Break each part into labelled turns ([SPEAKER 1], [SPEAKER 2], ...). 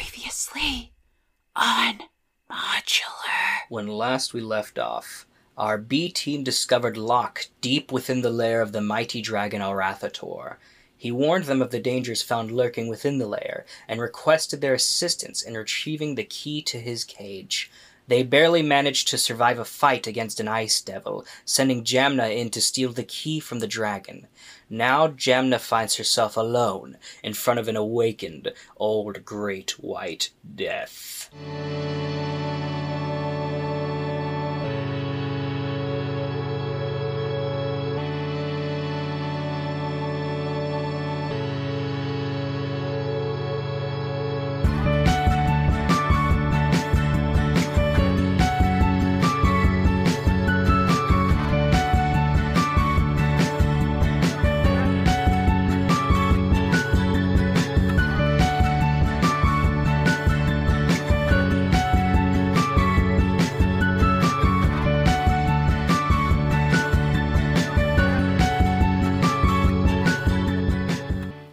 [SPEAKER 1] previously on Modular.
[SPEAKER 2] When last we left off, our B team discovered Locke deep within the lair of the mighty dragon Arathator. He warned them of the dangers found lurking within the lair and requested their assistance in retrieving the key to his cage. They barely managed to survive a fight against an ice devil, sending Jamna in to steal the key from the dragon. Now Jamna finds herself alone in front of an awakened old great white death.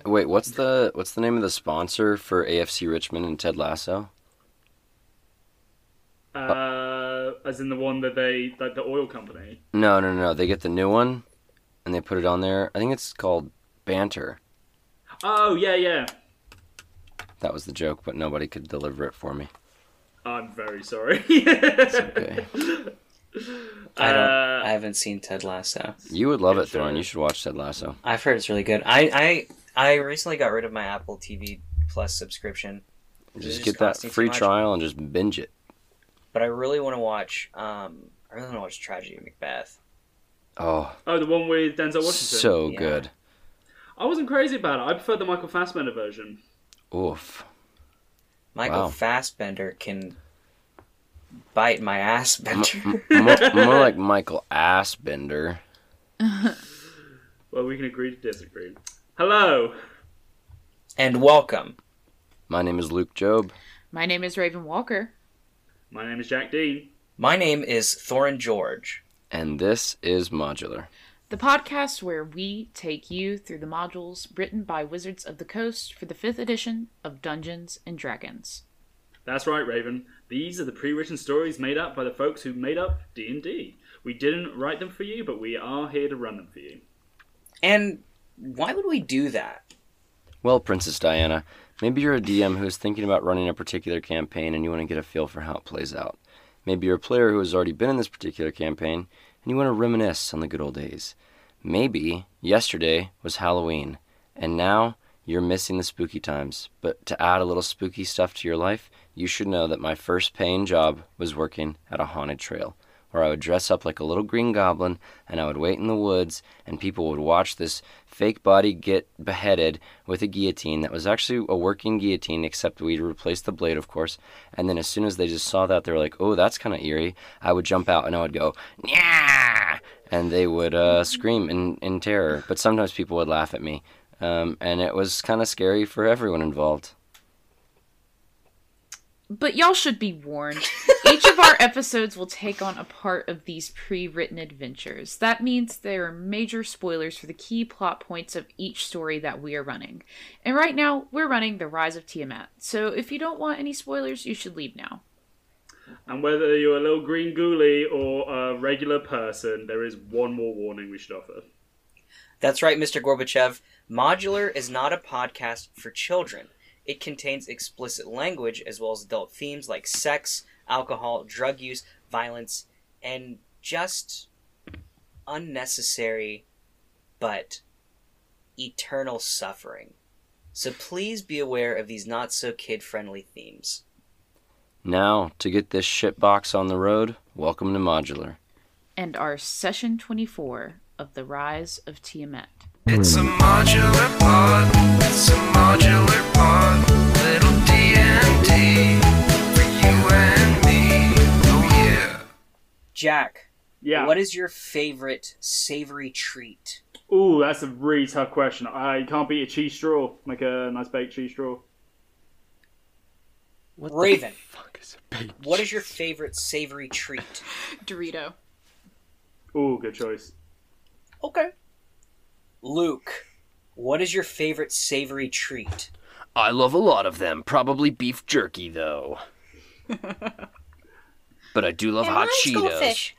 [SPEAKER 3] Wait, what's the what's the name of the sponsor for AFC Richmond and Ted Lasso?
[SPEAKER 4] Uh, as in the one that they, like the oil company.
[SPEAKER 3] No, no, no. They get the new one, and they put it on there. I think it's called Banter.
[SPEAKER 4] Oh yeah, yeah.
[SPEAKER 3] That was the joke, but nobody could deliver it for me.
[SPEAKER 4] I'm very sorry.
[SPEAKER 3] Okay.
[SPEAKER 2] I don't.
[SPEAKER 4] Uh,
[SPEAKER 2] I haven't seen Ted Lasso.
[SPEAKER 3] You would love it,
[SPEAKER 4] It's, uh,
[SPEAKER 3] Thorin. You should watch Ted Lasso.
[SPEAKER 2] I've heard it's really good. I I I recently got rid of my Apple TV Plus subscription,
[SPEAKER 3] Just
[SPEAKER 2] just
[SPEAKER 3] get that
[SPEAKER 2] costing too
[SPEAKER 3] free
[SPEAKER 2] much.
[SPEAKER 3] trial and just binge it.
[SPEAKER 2] but I really want to watch. Um, I really want to watch Tragedy of Macbeth.
[SPEAKER 3] Oh,
[SPEAKER 4] oh, the one with Denzel Washington.
[SPEAKER 3] so
[SPEAKER 2] Yeah.
[SPEAKER 3] good.
[SPEAKER 4] I wasn't crazy about it. I prefer the Michael Fassbender version.
[SPEAKER 3] Oof.
[SPEAKER 2] Michael
[SPEAKER 3] Wow.
[SPEAKER 2] Fassbender can bite my ass, Bender.
[SPEAKER 3] More, more like Michael Assbender.
[SPEAKER 4] Well, we can agree to disagree. Hello.
[SPEAKER 2] and welcome.
[SPEAKER 3] My name is Luke Job.
[SPEAKER 1] My name is Raven Walker.
[SPEAKER 4] My name is Jack Dean.
[SPEAKER 2] My name is Thorin George.
[SPEAKER 3] And this is Modular.
[SPEAKER 1] The podcast where we take you through the modules written by Wizards of the Coast for the 5th edition of Dungeons and Dragons.
[SPEAKER 4] That's right, Raven. These are the pre-written stories made up by the folks who made up D&D. We didn't write them for you, but we are here to run them for you.
[SPEAKER 2] And why would we do that?
[SPEAKER 3] Well, Princess Diana, maybe you're a DM who's thinking about running a particular campaign and you want to get a feel for how it plays out. Maybe you're a player who has already been in this particular campaign and you want to reminisce on the good old days. Maybe yesterday was Halloween and now you're missing the spooky times. But to add a little spooky stuff to your life, you should know that my first paying job was working at a haunted trail where I would dress up like a little green goblin and I would wait in the woods and people would watch this fake body get beheaded with a guillotine that was actually a working guillotine except we replaced the blade of course and then as soon as they just saw that they were like oh that's kind of eerie I would jump out and I would go yeah and they would uh, scream in, in terror but sometimes people would laugh at me um, and it was kind of scary for everyone involved
[SPEAKER 1] But y'all should be warned. Each of our episodes will take on a part of these pre written adventures. That means there are major spoilers for the key plot points of each story that we are running. And right now, we're running The Rise of Tiamat, so if you don't want any spoilers, you should leave now.
[SPEAKER 4] And whether you're a little green ghoulie or a regular person, there is one more warning we should offer.
[SPEAKER 2] That's right, Mr. Gorbachev. Modular is not a podcast for children. It contains explicit language as well as adult themes like sex, alcohol, drug use, violence, and just unnecessary but eternal suffering. So please be aware of these not so kid friendly themes.
[SPEAKER 3] now to get this shit box on the road welcome to modular
[SPEAKER 1] and our session 24 of The Rise of Tiamat.
[SPEAKER 5] It's a modular pod. It's a modular pod. Little D and D for you and me. Oh yeah.
[SPEAKER 2] Jack,
[SPEAKER 4] Yeah.
[SPEAKER 2] what is your favorite savory treat?
[SPEAKER 4] Ooh, that's a really tough question. I can't beat a cheese straw, like a nice baked cheese straw.
[SPEAKER 2] Raven. what is your favorite savory treat?
[SPEAKER 1] Dorito.
[SPEAKER 4] Ooh, good choice.
[SPEAKER 2] Okay. Luke, what is your favorite savory treat?
[SPEAKER 3] I love a lot of them. Probably beef jerky, though. but I do love
[SPEAKER 6] And
[SPEAKER 3] hot
[SPEAKER 6] mine's
[SPEAKER 3] Cheetos.
[SPEAKER 6] goldfish.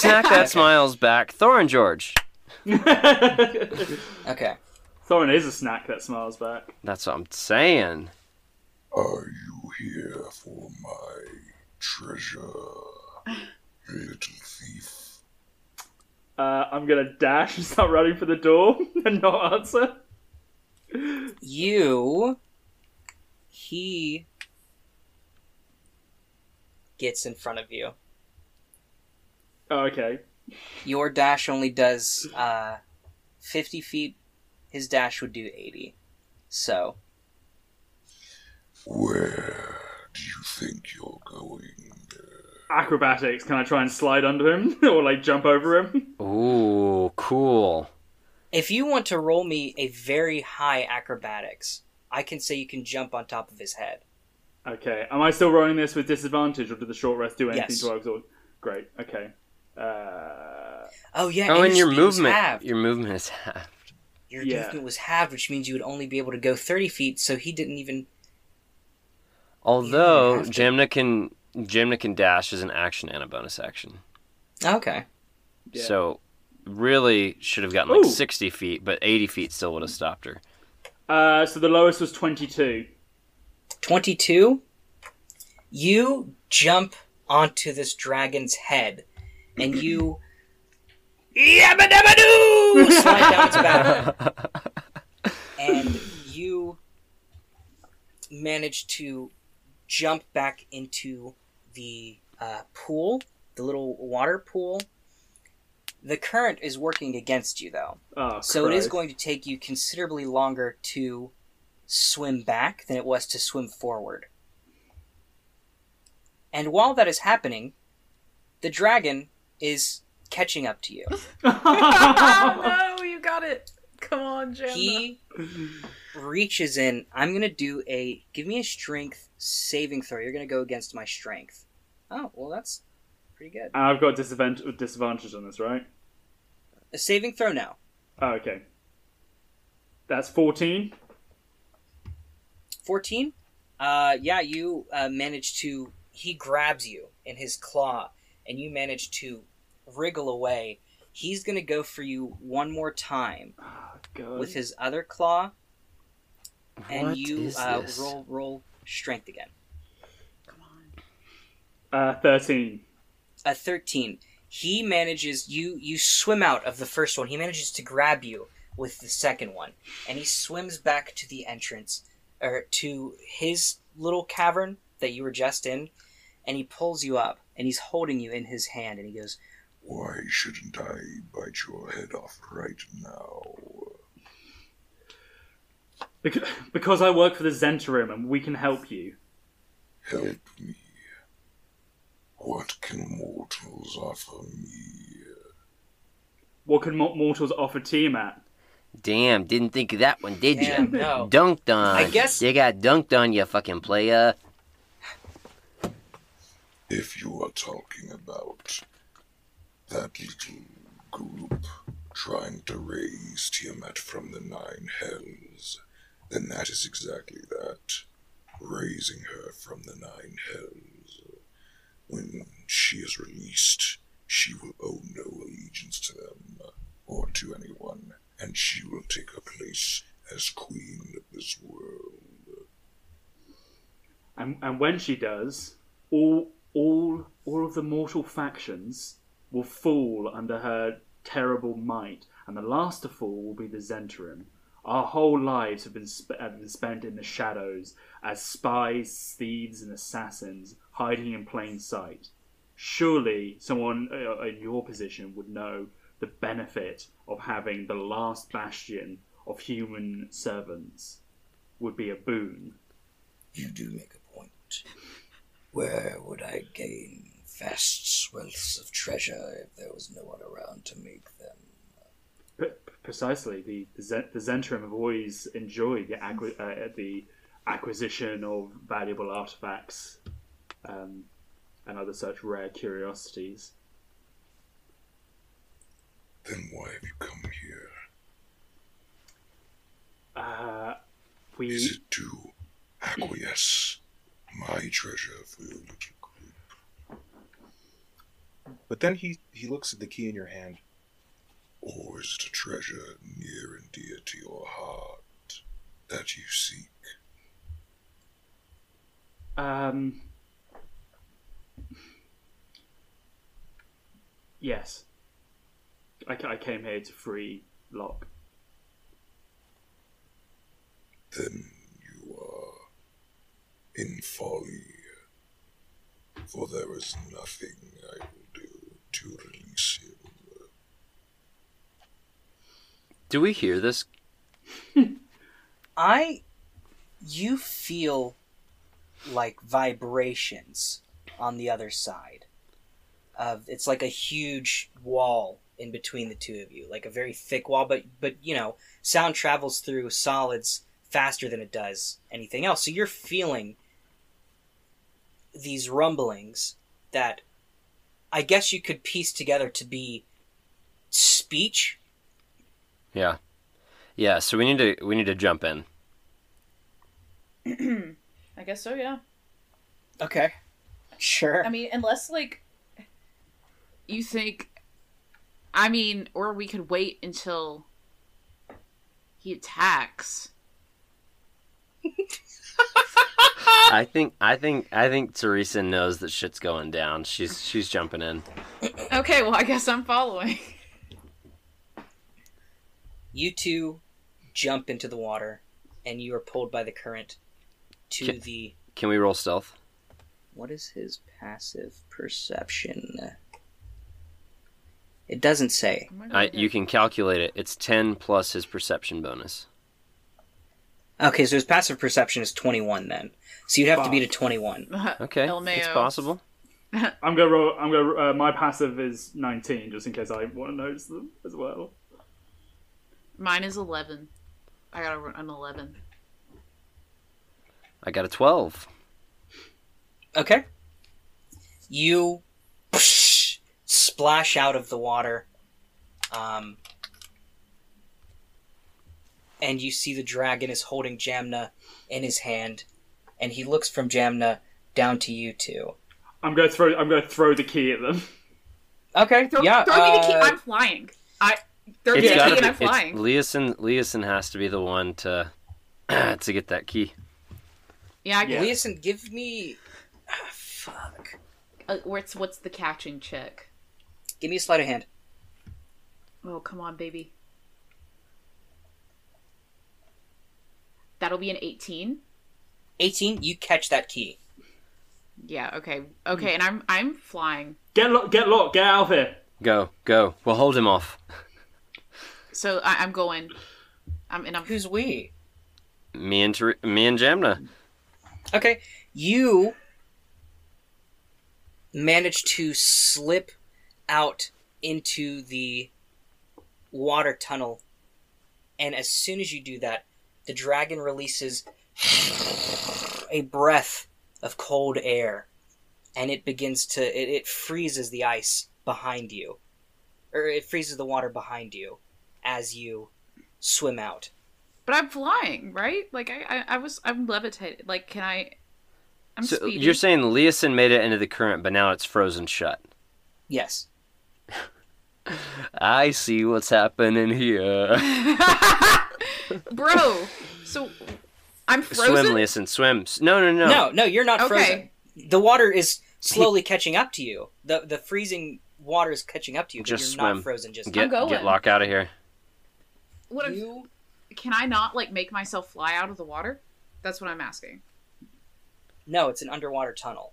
[SPEAKER 3] Snack that smiles back. Thorin George.
[SPEAKER 2] Okay.
[SPEAKER 4] Thorin is a snack that smiles back.
[SPEAKER 3] That's what I'm saying.
[SPEAKER 7] Are you here for my treasure, little thief?
[SPEAKER 4] Uh, I'm gonna dash and start running for the door and not answer.
[SPEAKER 2] You. He. Gets in front of you.
[SPEAKER 4] Oh, okay.
[SPEAKER 2] Your dash only does uh, 50 feet. His dash would do 80. So,
[SPEAKER 7] Where do you think you're going?
[SPEAKER 4] Acrobatics. Can I try and slide under him or like jump over him?
[SPEAKER 3] Ooh, cool.
[SPEAKER 2] if you want to roll me a very high acrobatics, I can say you can jump on top of his head.
[SPEAKER 4] Okay. Am I still rolling this with disadvantage, or did the short rest do anything
[SPEAKER 2] Yes.
[SPEAKER 4] to our exhaust? Great. Okay. Uh,
[SPEAKER 2] Oh, yeah.
[SPEAKER 3] Oh, and your
[SPEAKER 2] speed was
[SPEAKER 3] movement.
[SPEAKER 2] halved.
[SPEAKER 3] Your movement is half.
[SPEAKER 2] Your
[SPEAKER 4] Yeah.
[SPEAKER 2] movement was halved, which means you would only be able to go 30 feet, so he didn't even.
[SPEAKER 3] Although
[SPEAKER 2] have to.
[SPEAKER 3] Jamna can Jamna can dash is an action and a bonus action.
[SPEAKER 2] Okay.
[SPEAKER 4] Yeah.
[SPEAKER 3] So really should have gotten like
[SPEAKER 4] Ooh.
[SPEAKER 3] 60 feet, but 80 feet still would have stopped her.
[SPEAKER 4] uh, so the lowest was twenty-two.
[SPEAKER 2] 22 you jump onto this dragon's head and you Yabba-dabba-doo! slide down its back and you manage to jump back into the uh, pool the little water pool the current is working against you though
[SPEAKER 4] Oh,
[SPEAKER 2] so it is
[SPEAKER 4] Christ.
[SPEAKER 2] going to take you considerably longer to swim back than it was to swim forward. And while that is happening, the dragon is catching up to you.
[SPEAKER 1] no, you got it. Come on, Jim.
[SPEAKER 2] He reaches in. I'm going to do a. Give me a strength saving throw. You're going to go against my strength. Oh, well, that's pretty good.
[SPEAKER 4] And I've got disadvantage, disadvantage on this, right?
[SPEAKER 2] A saving throw now.
[SPEAKER 4] Oh, okay. That's 14.
[SPEAKER 2] 14 uh yeah you uh, manage to he grabs you in his claw and you manage to wriggle away he's gonna go for you one more time
[SPEAKER 4] Ah, God.
[SPEAKER 2] with his other claw and
[SPEAKER 3] What
[SPEAKER 2] you
[SPEAKER 3] is
[SPEAKER 2] uh,
[SPEAKER 3] this?
[SPEAKER 2] roll roll strength again
[SPEAKER 4] Uh, 13.
[SPEAKER 2] a 13 uh, he manages you you swim out of the first one he manages to grab you with the second one and he swims back to the entrance or to his little cavern that you were just in and he pulls you up and he's holding you in his hand and he goes
[SPEAKER 7] Why shouldn't I bite your head off right now?
[SPEAKER 4] Because, because I work for the Zentarim and we can help you.
[SPEAKER 7] Help me. What can mortals offer me?
[SPEAKER 4] What can mo- mortals offer Tiamat?
[SPEAKER 3] Damn, didn't think of that one, did
[SPEAKER 2] yeah
[SPEAKER 3] you?
[SPEAKER 2] no
[SPEAKER 3] Dunked on.
[SPEAKER 2] I guess-
[SPEAKER 3] they got dunked on, you fucking playa.
[SPEAKER 7] If you are talking about that little group trying to raise Tiamat from the nine hells, then that is exactly that. Raising her from the nine hells. When she is released, she will owe no allegiance to them or to anyone, and she will take her place as queen of this world.
[SPEAKER 4] And, and when she does, all, all, all of the mortal factions will fall under her terrible might, and the last to fall will be the Zentarim. Our whole lives have been, sp- have been spent in the shadows as spies, thieves, and assassins, hiding in plain sight. Surely, someone uh, in your position would know the benefit of having the last bastion of human servants would be a boon.
[SPEAKER 7] You do make a point. Where would I gain vast swells of treasure if there was no one around to make them?
[SPEAKER 4] P- precisely, the the, Zen- the Zentrum have always enjoyed the acqui- uh, the acquisition of valuable artifacts um, and other such rare curiosities.
[SPEAKER 7] Then why have you come here?
[SPEAKER 4] Uh,
[SPEAKER 7] Is
[SPEAKER 4] we
[SPEAKER 7] it to acquiesce my treasure for your little group?
[SPEAKER 6] But then he he looks at the key in your hand.
[SPEAKER 7] Or is it a treasure near and dear to your heart that you seek?
[SPEAKER 4] um yes I, ca- I came here to free Locke
[SPEAKER 7] Then you are in folly, for there is nothing I will do to release him.
[SPEAKER 3] Do we hear this?
[SPEAKER 2] I. You feel like vibrations on the other side. Of it's like a huge wall in between the two of you, like a very thick wall. But but you know, sound travels through solids faster than it does anything else. So you're feeling these rumblings that I guess you could piece together to be speech
[SPEAKER 3] Yeah. Yeah, so we need to we need to jump in.
[SPEAKER 1] I guess so, yeah.
[SPEAKER 2] Okay. Sure.
[SPEAKER 1] I mean, unless like you think, I mean, or we could wait until he attacks.
[SPEAKER 3] I think I think I think Teresa knows that shit's going down. She's she's jumping in.
[SPEAKER 1] Okay, well, I guess I'm following.
[SPEAKER 2] you two jump into the water and you are pulled by the current to
[SPEAKER 3] Ki-
[SPEAKER 2] the
[SPEAKER 3] Can we roll stealth?
[SPEAKER 2] what is his passive perception? It doesn't say.
[SPEAKER 1] I'm gonna
[SPEAKER 3] I
[SPEAKER 1] look
[SPEAKER 3] you
[SPEAKER 1] at-
[SPEAKER 3] can calculate it. It's 10 plus his perception bonus.
[SPEAKER 2] Okay, so his passive perception is 21 then. So you'd have to
[SPEAKER 4] Fuck.
[SPEAKER 2] beat a 21.
[SPEAKER 3] Okay.
[SPEAKER 1] El Mayo.
[SPEAKER 3] It's possible.
[SPEAKER 4] I'm gonna roll I'm gonna uh, my passive is 19 just in case I want to notice them as well
[SPEAKER 1] Mine is eleven. I got a- an eleven.
[SPEAKER 3] I got a 12.
[SPEAKER 2] Okay. You splash out of the water. Um, and you see the dragon is holding Jamna in his hand, and he looks from Jamna down to you two.
[SPEAKER 4] I'm gonna throw I'm gonna throw the key at them
[SPEAKER 2] Okay,
[SPEAKER 1] Throw,
[SPEAKER 2] yeah.
[SPEAKER 1] throw me the key.
[SPEAKER 2] uh,
[SPEAKER 1] I'm flying. I throw me
[SPEAKER 3] It's
[SPEAKER 1] the key
[SPEAKER 3] gotta
[SPEAKER 1] and
[SPEAKER 3] be
[SPEAKER 1] I'm flying.
[SPEAKER 3] It's, Leeson Leeson has to be the one to to get that key.
[SPEAKER 1] yeah, I
[SPEAKER 4] Yeah.
[SPEAKER 1] guess.
[SPEAKER 2] Listen, give me. ah, fuck.
[SPEAKER 1] Uh, or it's what's the catching check?
[SPEAKER 2] Give me a sleight of hand.
[SPEAKER 1] Oh, come on, baby. That'll be an eighteen.
[SPEAKER 2] 18, you catch that key.
[SPEAKER 1] Yeah. Okay. Okay. And I'm I'm flying.
[SPEAKER 4] get lock get lock get out of here
[SPEAKER 3] Go, go. We'll hold him off.
[SPEAKER 1] So I, I'm going. I'm and I'm.
[SPEAKER 2] Who's we?
[SPEAKER 3] Me and Ter- me and Jamna.
[SPEAKER 2] Okay, you manage to slip out into the water tunnel, and as soon as you do that, the dragon releases a breath of cold air, and it begins to it, it freezes the ice behind you, or it freezes the water behind you as you swim out.
[SPEAKER 1] But I'm flying, right? Like I I, I was I'm levitated. Like can I? I'm
[SPEAKER 3] So
[SPEAKER 1] speeding.
[SPEAKER 3] you're saying Leeson made it into the current, but now it's frozen shut.
[SPEAKER 2] Yes.
[SPEAKER 3] I see what's happening here.
[SPEAKER 1] bro. So I'm frozen.
[SPEAKER 3] swim, Leeson. Swim. S- No, no, no.
[SPEAKER 2] No, no, you're not
[SPEAKER 1] Okay.
[SPEAKER 2] frozen. The water is slowly catching up to you. The the freezing water is catching up to you, but
[SPEAKER 3] Just
[SPEAKER 2] you're
[SPEAKER 3] swim.
[SPEAKER 2] not frozen just
[SPEAKER 3] Get
[SPEAKER 1] I'm going.
[SPEAKER 3] get Locke out of here.
[SPEAKER 1] What if,
[SPEAKER 2] you
[SPEAKER 1] can I not like make myself fly out of the water? That's what I'm asking.
[SPEAKER 2] No, it's an underwater tunnel.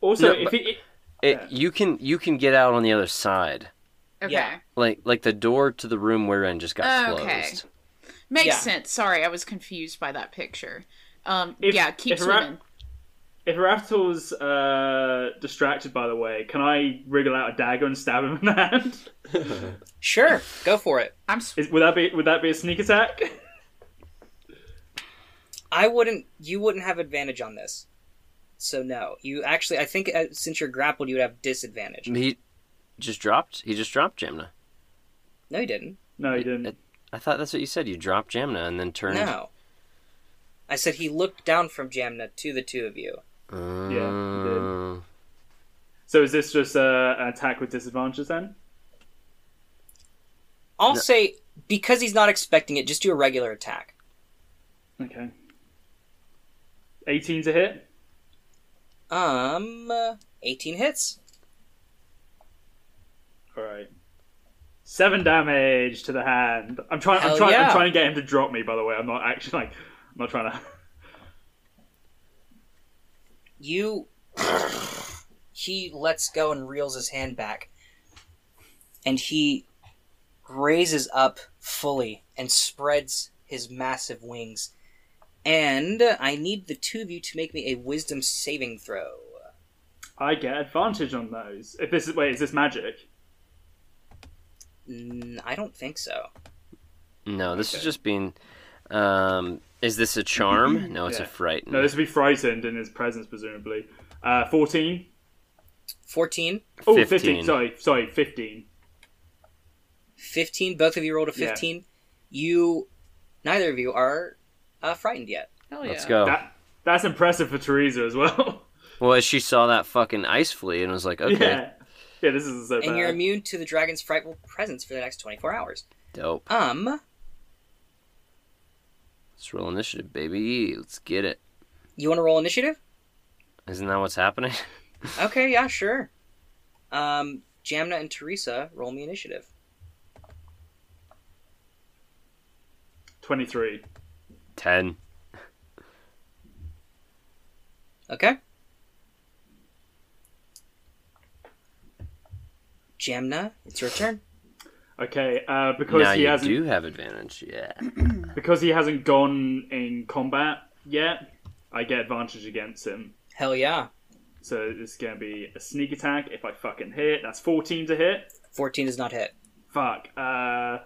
[SPEAKER 4] also
[SPEAKER 3] No,
[SPEAKER 4] if
[SPEAKER 3] but-
[SPEAKER 4] it,
[SPEAKER 3] It,
[SPEAKER 4] Yeah.
[SPEAKER 3] You can you can get out on the other side.
[SPEAKER 1] Okay.
[SPEAKER 2] Yeah.
[SPEAKER 3] Like like the door to the room we're in just got
[SPEAKER 1] Okay.
[SPEAKER 3] closed.
[SPEAKER 1] Makes
[SPEAKER 2] Yeah.
[SPEAKER 1] sense. Sorry, I was confused by that picture. Um
[SPEAKER 4] If-
[SPEAKER 1] yeah, keep
[SPEAKER 4] if Ra-
[SPEAKER 1] swimming.
[SPEAKER 4] If Raptor's uh, distracted, by the way, can I wriggle out a dagger and stab him in the hand?
[SPEAKER 2] Sure, go for it.
[SPEAKER 1] I'm sw-
[SPEAKER 4] Is, would that be would that be a sneak attack?
[SPEAKER 2] I wouldn't. You wouldn't have advantage on this. So no, you actually. I think uh, since you're grappled, you would have disadvantage.
[SPEAKER 3] He just dropped. He just dropped Jamna.
[SPEAKER 2] No, you didn't.
[SPEAKER 4] No, you didn't.
[SPEAKER 3] I thought that's what you said. You dropped Jamna and then turned.
[SPEAKER 2] No. I said he looked down from Jamna to the two of you.
[SPEAKER 3] Uh,
[SPEAKER 4] Yeah, you So is this just uh, an attack with disadvantage then?
[SPEAKER 2] I'll say because he's not expecting it, just do a regular attack.
[SPEAKER 4] Okay. 18 to hit.
[SPEAKER 2] Um, uh, 18 hits.
[SPEAKER 4] All right. Seven damage to the hand. I'm trying. I'm
[SPEAKER 2] Hell
[SPEAKER 4] trying. I'm
[SPEAKER 2] yeah.
[SPEAKER 4] trying to get him to drop me. By the way, I'm not actually like. I'm not trying to.
[SPEAKER 2] You. he lets go and reels his hand back. And he raises up fully and spreads his massive wings. And I need the two of you to make me a wisdom saving throw.
[SPEAKER 4] I get advantage on those. If this is wait, is this magic?
[SPEAKER 2] Mm, I don't think so.
[SPEAKER 3] No, this is
[SPEAKER 4] Okay.
[SPEAKER 3] just being. Um, is this a charm? No, it's a
[SPEAKER 4] Yeah.
[SPEAKER 3] fright.
[SPEAKER 4] No, this would be frightened in his presence, presumably. Uh, 14.
[SPEAKER 2] 14,
[SPEAKER 4] Oh, 15.
[SPEAKER 3] 15.
[SPEAKER 4] Sorry, sorry, 15.
[SPEAKER 2] 15, both of you rolled a
[SPEAKER 4] Yeah.
[SPEAKER 2] 15. You. Neither of you are uh, frightened yet.
[SPEAKER 1] Hell Oh, yeah.
[SPEAKER 3] Let's go.
[SPEAKER 4] That that's impressive for Teresa as well.
[SPEAKER 3] Well, she saw that fucking ice flea and was like, okay,
[SPEAKER 4] yeah. Yeah, this isn't so bad.
[SPEAKER 2] And you're immune to the dragon's frightful presence for the next 24 hours.
[SPEAKER 3] dope.
[SPEAKER 2] Um.
[SPEAKER 3] Let's roll initiative, baby. Let's get it.
[SPEAKER 2] You want to roll initiative?
[SPEAKER 3] Isn't that what's happening?
[SPEAKER 2] Okay, yeah, sure. Um, Jamna and Teresa, roll me initiative.
[SPEAKER 4] 23.
[SPEAKER 3] Ten.
[SPEAKER 2] Okay. Jamna, it's your turn.
[SPEAKER 4] Okay, uh, because
[SPEAKER 3] Now
[SPEAKER 4] he
[SPEAKER 3] you
[SPEAKER 4] hasn't
[SPEAKER 3] do have advantage. Yeah.
[SPEAKER 4] because he hasn't gone in combat yet. I get advantage against him.
[SPEAKER 2] Hell yeah.
[SPEAKER 4] So this is gonna be a sneak attack if I fucking hit. That's 14 to hit.
[SPEAKER 2] 14 does not hit.
[SPEAKER 4] Fuck. Uh,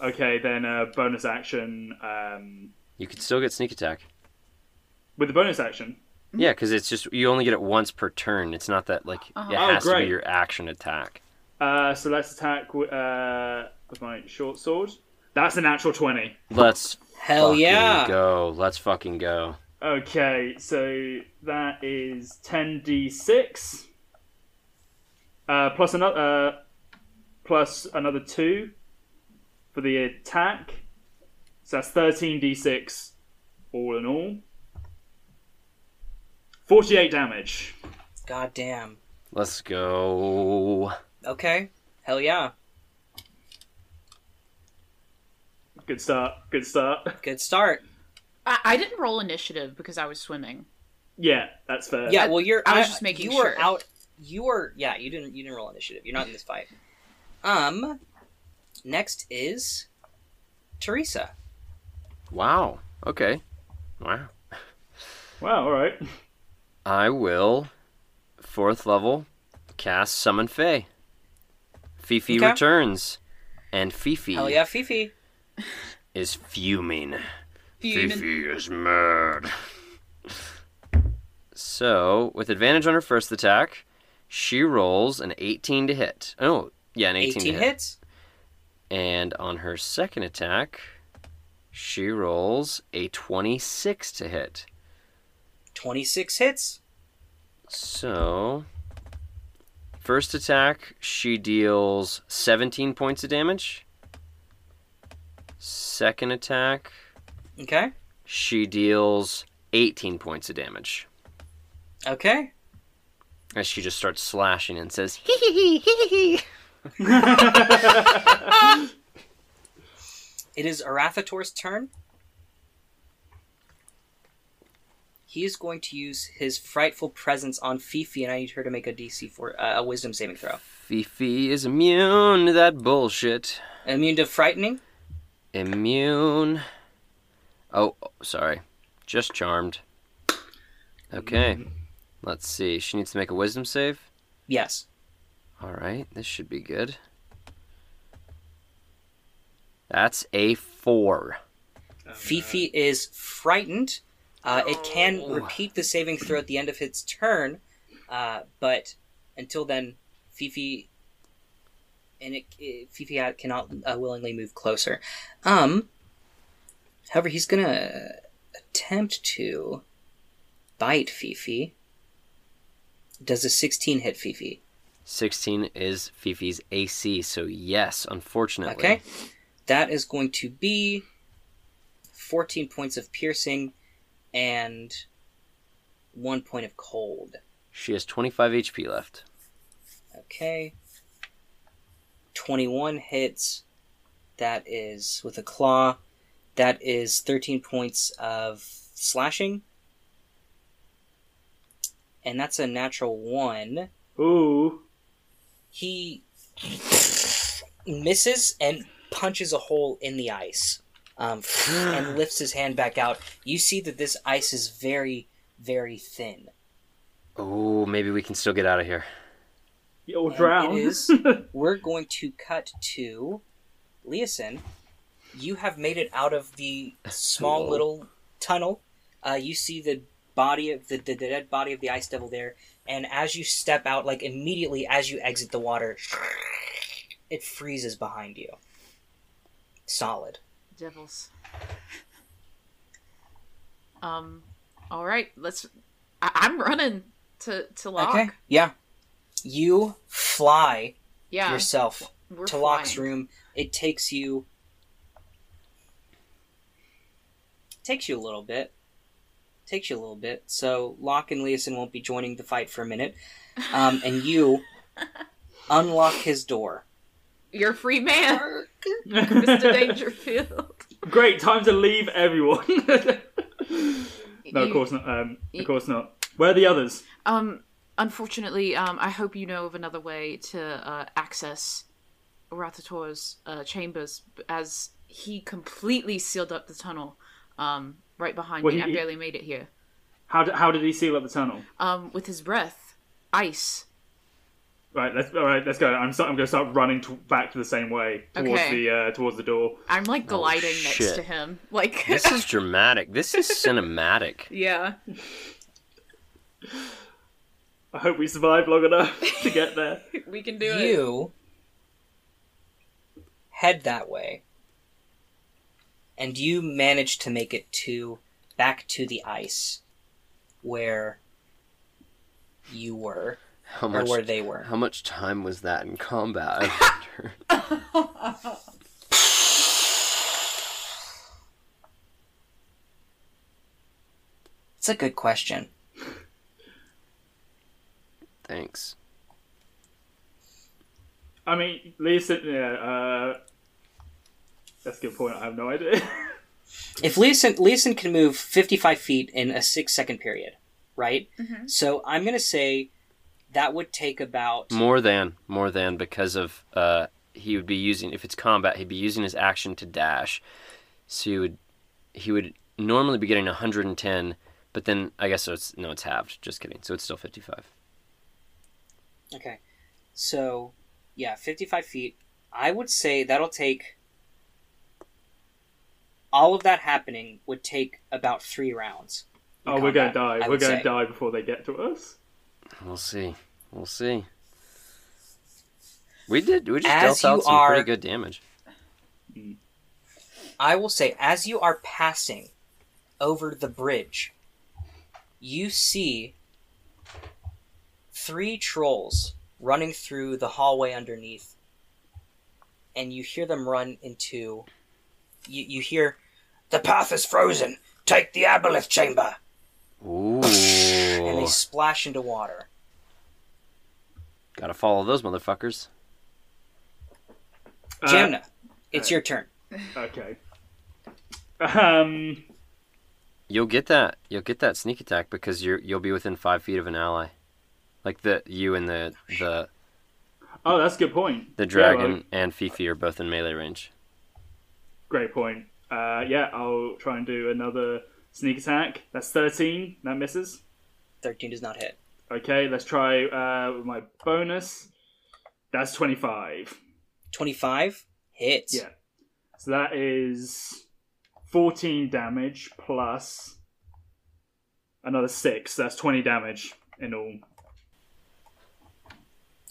[SPEAKER 4] okay, then uh, bonus action. Um,
[SPEAKER 3] You could still get sneak attack.
[SPEAKER 4] with the bonus action,
[SPEAKER 3] Yeah, because it's just you only get it once per turn. It's not that like
[SPEAKER 2] Uh-huh.
[SPEAKER 3] it
[SPEAKER 4] Oh,
[SPEAKER 3] has to
[SPEAKER 4] great.
[SPEAKER 3] be your action attack.
[SPEAKER 4] Uh, so let's attack wi- uh, with my short sword. That's a natural 20.
[SPEAKER 3] Let's
[SPEAKER 2] Hell
[SPEAKER 3] fucking
[SPEAKER 2] yeah.
[SPEAKER 3] go. Let's fucking go.
[SPEAKER 4] Okay, so that is 10d6. Uh, plus another uh, plus another 2 for the attack. So that's 13d6 all in all. 48 damage.
[SPEAKER 2] God damn.
[SPEAKER 3] Let's go.
[SPEAKER 2] Okay. Hell yeah.
[SPEAKER 4] Good start. Good start.
[SPEAKER 2] Good start.
[SPEAKER 1] I, I didn't roll initiative because I was swimming.
[SPEAKER 4] Yeah, that's fair.
[SPEAKER 2] Yeah, well you're
[SPEAKER 1] I was just making
[SPEAKER 2] you
[SPEAKER 1] sure.
[SPEAKER 2] are out you are yeah, you didn't you didn't roll initiative. You're not in this fight. Um next is Teresa.
[SPEAKER 3] Wow. Okay. Wow.
[SPEAKER 4] Wow, alright.
[SPEAKER 3] I will fourth level cast summon Fey. Fifi
[SPEAKER 2] Okay.
[SPEAKER 3] returns, and Fifi
[SPEAKER 2] Hell yeah, Fifi.
[SPEAKER 3] is fuming.
[SPEAKER 1] Fuming.
[SPEAKER 3] Fifi is mad. So, with advantage on her first attack, she rolls an 18 to hit. Oh, yeah, an 18,
[SPEAKER 2] 18,
[SPEAKER 3] to hit.
[SPEAKER 2] hits.
[SPEAKER 3] And on her second attack, she rolls a 26 to hit.
[SPEAKER 2] 26 hits.
[SPEAKER 3] So, first attack, she deals 17 points of damage. Second attack,
[SPEAKER 2] Okay.
[SPEAKER 3] she deals 18 points of damage.
[SPEAKER 2] Okay.
[SPEAKER 3] As she just starts slashing and says, hee hee hee hee hee hee.
[SPEAKER 2] It is Arathator's turn. He is going to use his frightful presence on Fifi, and I need her to make a DC for uh, a Wisdom saving throw.
[SPEAKER 3] Fifi is immune to that bullshit.
[SPEAKER 2] Immune to frightening.
[SPEAKER 3] Immune. Oh, sorry. Just charmed. Okay. Let's see. She needs to make a wisdom save.
[SPEAKER 2] Yes.
[SPEAKER 3] All right, this should be good. That's a four.
[SPEAKER 2] Fifi is frightened. Uh, it can repeat the saving throw at the end of its turn, uh, but until then, Fifi and it, it, Fifi ha- cannot uh, willingly move closer. Um. However, he's gonna attempt to bite Fifi. Does a sixteen hit Fifi?
[SPEAKER 3] 16 is Fifi's AC, so yes, unfortunately.
[SPEAKER 2] Okay, that is going to be fourteen points of piercing and one point of cold.
[SPEAKER 3] She has 25 HP left.
[SPEAKER 2] Okay. 21 hits. That is with a claw. That is 13 points of slashing. And that's a natural one.
[SPEAKER 4] Ooh.
[SPEAKER 2] He misses and punches a hole in the ice um, and lifts his hand back out. You see that this ice is very, very thin.
[SPEAKER 3] Oh, maybe we can still get out of here.
[SPEAKER 4] You'll
[SPEAKER 2] it
[SPEAKER 4] drown.
[SPEAKER 2] is- we're going to cut to Leeson. You have made it out of the small
[SPEAKER 3] Hello.
[SPEAKER 2] little tunnel. Uh, you see the body of the, the, the dead body of the ice devil there, and as you step out, like immediately as you exit the water, it freezes behind you. Solid.
[SPEAKER 1] Devils. Um. All right. Let's. I- I'm running to to lock.
[SPEAKER 2] Okay. Yeah. You fly
[SPEAKER 1] Yeah.
[SPEAKER 2] yourself
[SPEAKER 1] We're
[SPEAKER 2] to Locke's
[SPEAKER 1] flying.
[SPEAKER 2] room. It takes you takes you a little bit. Takes you a little bit. So Locke and Leeson won't be joining the fight for a minute, um, and you unlock his door.
[SPEAKER 1] You're a free man, Mr. Dangerfield.
[SPEAKER 4] Great time to leave everyone. no, of
[SPEAKER 1] You-
[SPEAKER 4] course not. Um,
[SPEAKER 1] you-
[SPEAKER 4] of course not. Where are the others?
[SPEAKER 1] Um, unfortunately, um, I hope you know of another way to uh, access Rathator's uh, chambers, as he completely sealed up the tunnel um, right behind
[SPEAKER 4] Well,
[SPEAKER 1] me.
[SPEAKER 4] he-
[SPEAKER 1] I
[SPEAKER 4] he-
[SPEAKER 1] barely made it here.
[SPEAKER 4] How did, how did he seal up the tunnel?
[SPEAKER 1] Um, with his breath, ice.
[SPEAKER 4] Right, let's all right, let's go. I'm start, I'm going to start running to, back to the same way towards
[SPEAKER 1] Okay.
[SPEAKER 4] the uh, towards the door.
[SPEAKER 1] I'm like
[SPEAKER 4] Oh,
[SPEAKER 1] gliding next
[SPEAKER 3] shit.
[SPEAKER 1] to him. Like,
[SPEAKER 3] This is dramatic. This is cinematic.
[SPEAKER 1] yeah.
[SPEAKER 4] I hope we survive long enough to get there.
[SPEAKER 1] We can do it.
[SPEAKER 2] you head that way, and you manage to make it to back to the ice where you were
[SPEAKER 3] How
[SPEAKER 2] or
[SPEAKER 3] much
[SPEAKER 2] where they were.
[SPEAKER 3] How much time was that in combat? I wonder.
[SPEAKER 2] It's a good question.
[SPEAKER 3] Thanks.
[SPEAKER 4] I mean, Lisa, yeah, uh, that's a good point. I have no idea.
[SPEAKER 2] If Leeson Leeson can move fifty five feet in a six second period, right? So I'm gonna say that would take about
[SPEAKER 3] More than, more than because of uh, he would be using if it's combat, he'd be using his action to dash. So he would, he would normally be getting 110, but then I guess so it's no, it's halved. Just kidding. So it's still 55.
[SPEAKER 2] okay. So yeah, fifty five feet. I would say that'll take all of that happening would take about three rounds. in
[SPEAKER 4] oh, we're going to
[SPEAKER 2] combat,
[SPEAKER 4] die.
[SPEAKER 2] I
[SPEAKER 4] We're
[SPEAKER 2] would
[SPEAKER 4] going
[SPEAKER 2] say.
[SPEAKER 4] to die before they get to us.
[SPEAKER 3] We'll see. We'll see. We did. We just
[SPEAKER 2] As
[SPEAKER 3] dealt
[SPEAKER 2] you
[SPEAKER 3] out some
[SPEAKER 2] are-
[SPEAKER 3] pretty good damage.
[SPEAKER 2] I will say, as you are passing over the bridge, you see three trolls running through the hallway underneath, and you hear them run into. You, you hear, The path is frozen! Take the aboleth chamber!
[SPEAKER 3] Ooh.
[SPEAKER 2] And they splash into water.
[SPEAKER 3] Gotta follow those motherfuckers.
[SPEAKER 4] Uh,
[SPEAKER 2] Jamna, it's your turn.
[SPEAKER 4] Okay. Um.
[SPEAKER 3] You'll get that. You'll get that sneak attack because you're you'll be within five feet of an ally, like the you and the the
[SPEAKER 4] Oh, that's a good point.
[SPEAKER 3] the
[SPEAKER 4] Yeah,
[SPEAKER 3] dragon
[SPEAKER 4] well,
[SPEAKER 3] and Fifi are both in melee range.
[SPEAKER 4] great point. Uh, yeah, I'll try and do another sneak attack. That's thirteen. That misses.
[SPEAKER 2] 13 does not hit.
[SPEAKER 4] Okay, let's try uh, with my bonus. That's 25.
[SPEAKER 2] 25 hits.
[SPEAKER 4] Yeah. So that is 14 damage plus another 6. So that's 20 damage in all.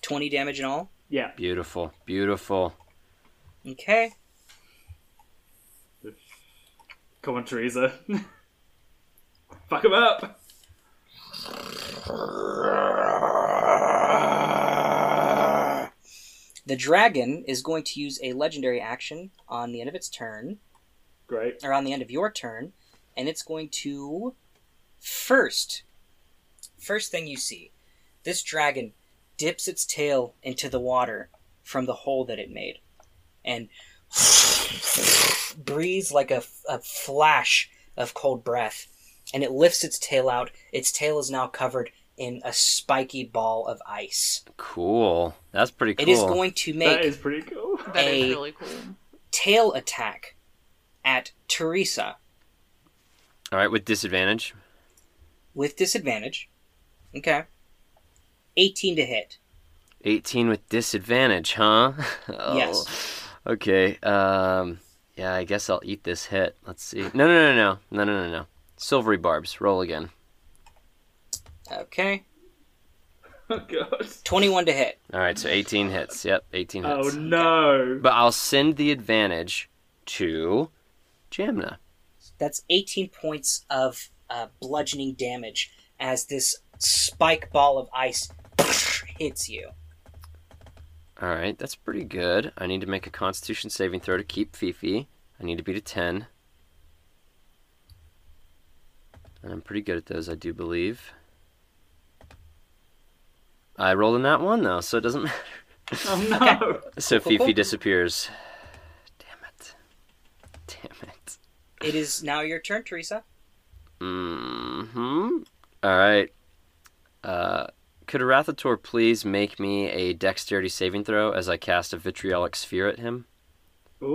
[SPEAKER 2] 20 damage in all.
[SPEAKER 4] Yeah.
[SPEAKER 3] Beautiful, beautiful.
[SPEAKER 2] Okay.
[SPEAKER 4] Come on, Teresa. Fuck him up.
[SPEAKER 2] The dragon is going to use a legendary action on the end of its turn,
[SPEAKER 4] Great.
[SPEAKER 2] or on the end of your turn, and it's going to first first thing you see, this dragon dips its tail into the water from the hole that it made and breathes like a, a flash of cold breath and it lifts its tail out its tail is now covered in a spiky ball of ice
[SPEAKER 3] Cool. That's pretty cool.
[SPEAKER 2] it is going to make
[SPEAKER 4] That is pretty cool.
[SPEAKER 1] That is
[SPEAKER 2] A-
[SPEAKER 1] really cool.
[SPEAKER 2] tail attack at teresa
[SPEAKER 3] All right, with disadvantage.
[SPEAKER 2] with disadvantage. Okay. 18 to hit.
[SPEAKER 3] 18 with disadvantage, huh? Oh.
[SPEAKER 2] Yes.
[SPEAKER 3] Okay. Um yeah, I guess I'll eat this hit. Let's see. No, no, no, no. No, no, no, no. Silvery barbs. Roll again.
[SPEAKER 2] Okay.
[SPEAKER 4] Oh god.
[SPEAKER 2] 21 to hit.
[SPEAKER 3] All right, so 18 hits. Yep, 18 hits.
[SPEAKER 4] Oh no.
[SPEAKER 3] But I'll send the advantage to Jamna.
[SPEAKER 2] That's 18 points of uh, bludgeoning damage as this spike ball of ice hits you.
[SPEAKER 3] All right, that's pretty good. I need to make a Constitution saving throw to keep Fifi. I need to beat a ten, and I'm pretty good at those, I do believe. I rolled a nat one though, so it doesn't matter.
[SPEAKER 4] Oh no.
[SPEAKER 3] So
[SPEAKER 2] cool,
[SPEAKER 3] Fifi
[SPEAKER 2] cool.
[SPEAKER 3] disappears. Damn it! Damn it!
[SPEAKER 2] It is now your turn, Teresa.
[SPEAKER 3] Mm-hmm. All right. Uh, could Arathator please make me a dexterity saving throw as I cast a vitriolic sphere at him?
[SPEAKER 2] Just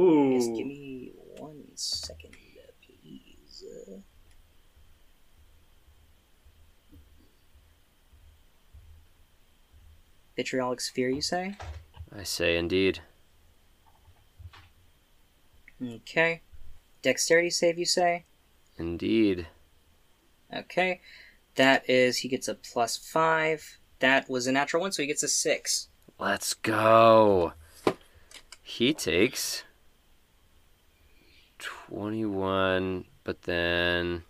[SPEAKER 2] give
[SPEAKER 4] Ooh.
[SPEAKER 2] me one second, uh, please. Uh, Vitriolic sphere, you say?
[SPEAKER 3] I say indeed.
[SPEAKER 2] Okay. Dexterity save, you say?
[SPEAKER 3] Indeed.
[SPEAKER 2] Okay. That is, he gets a plus five. That was a natural one, so he gets a six.
[SPEAKER 3] Let's go. He takes 21, but then.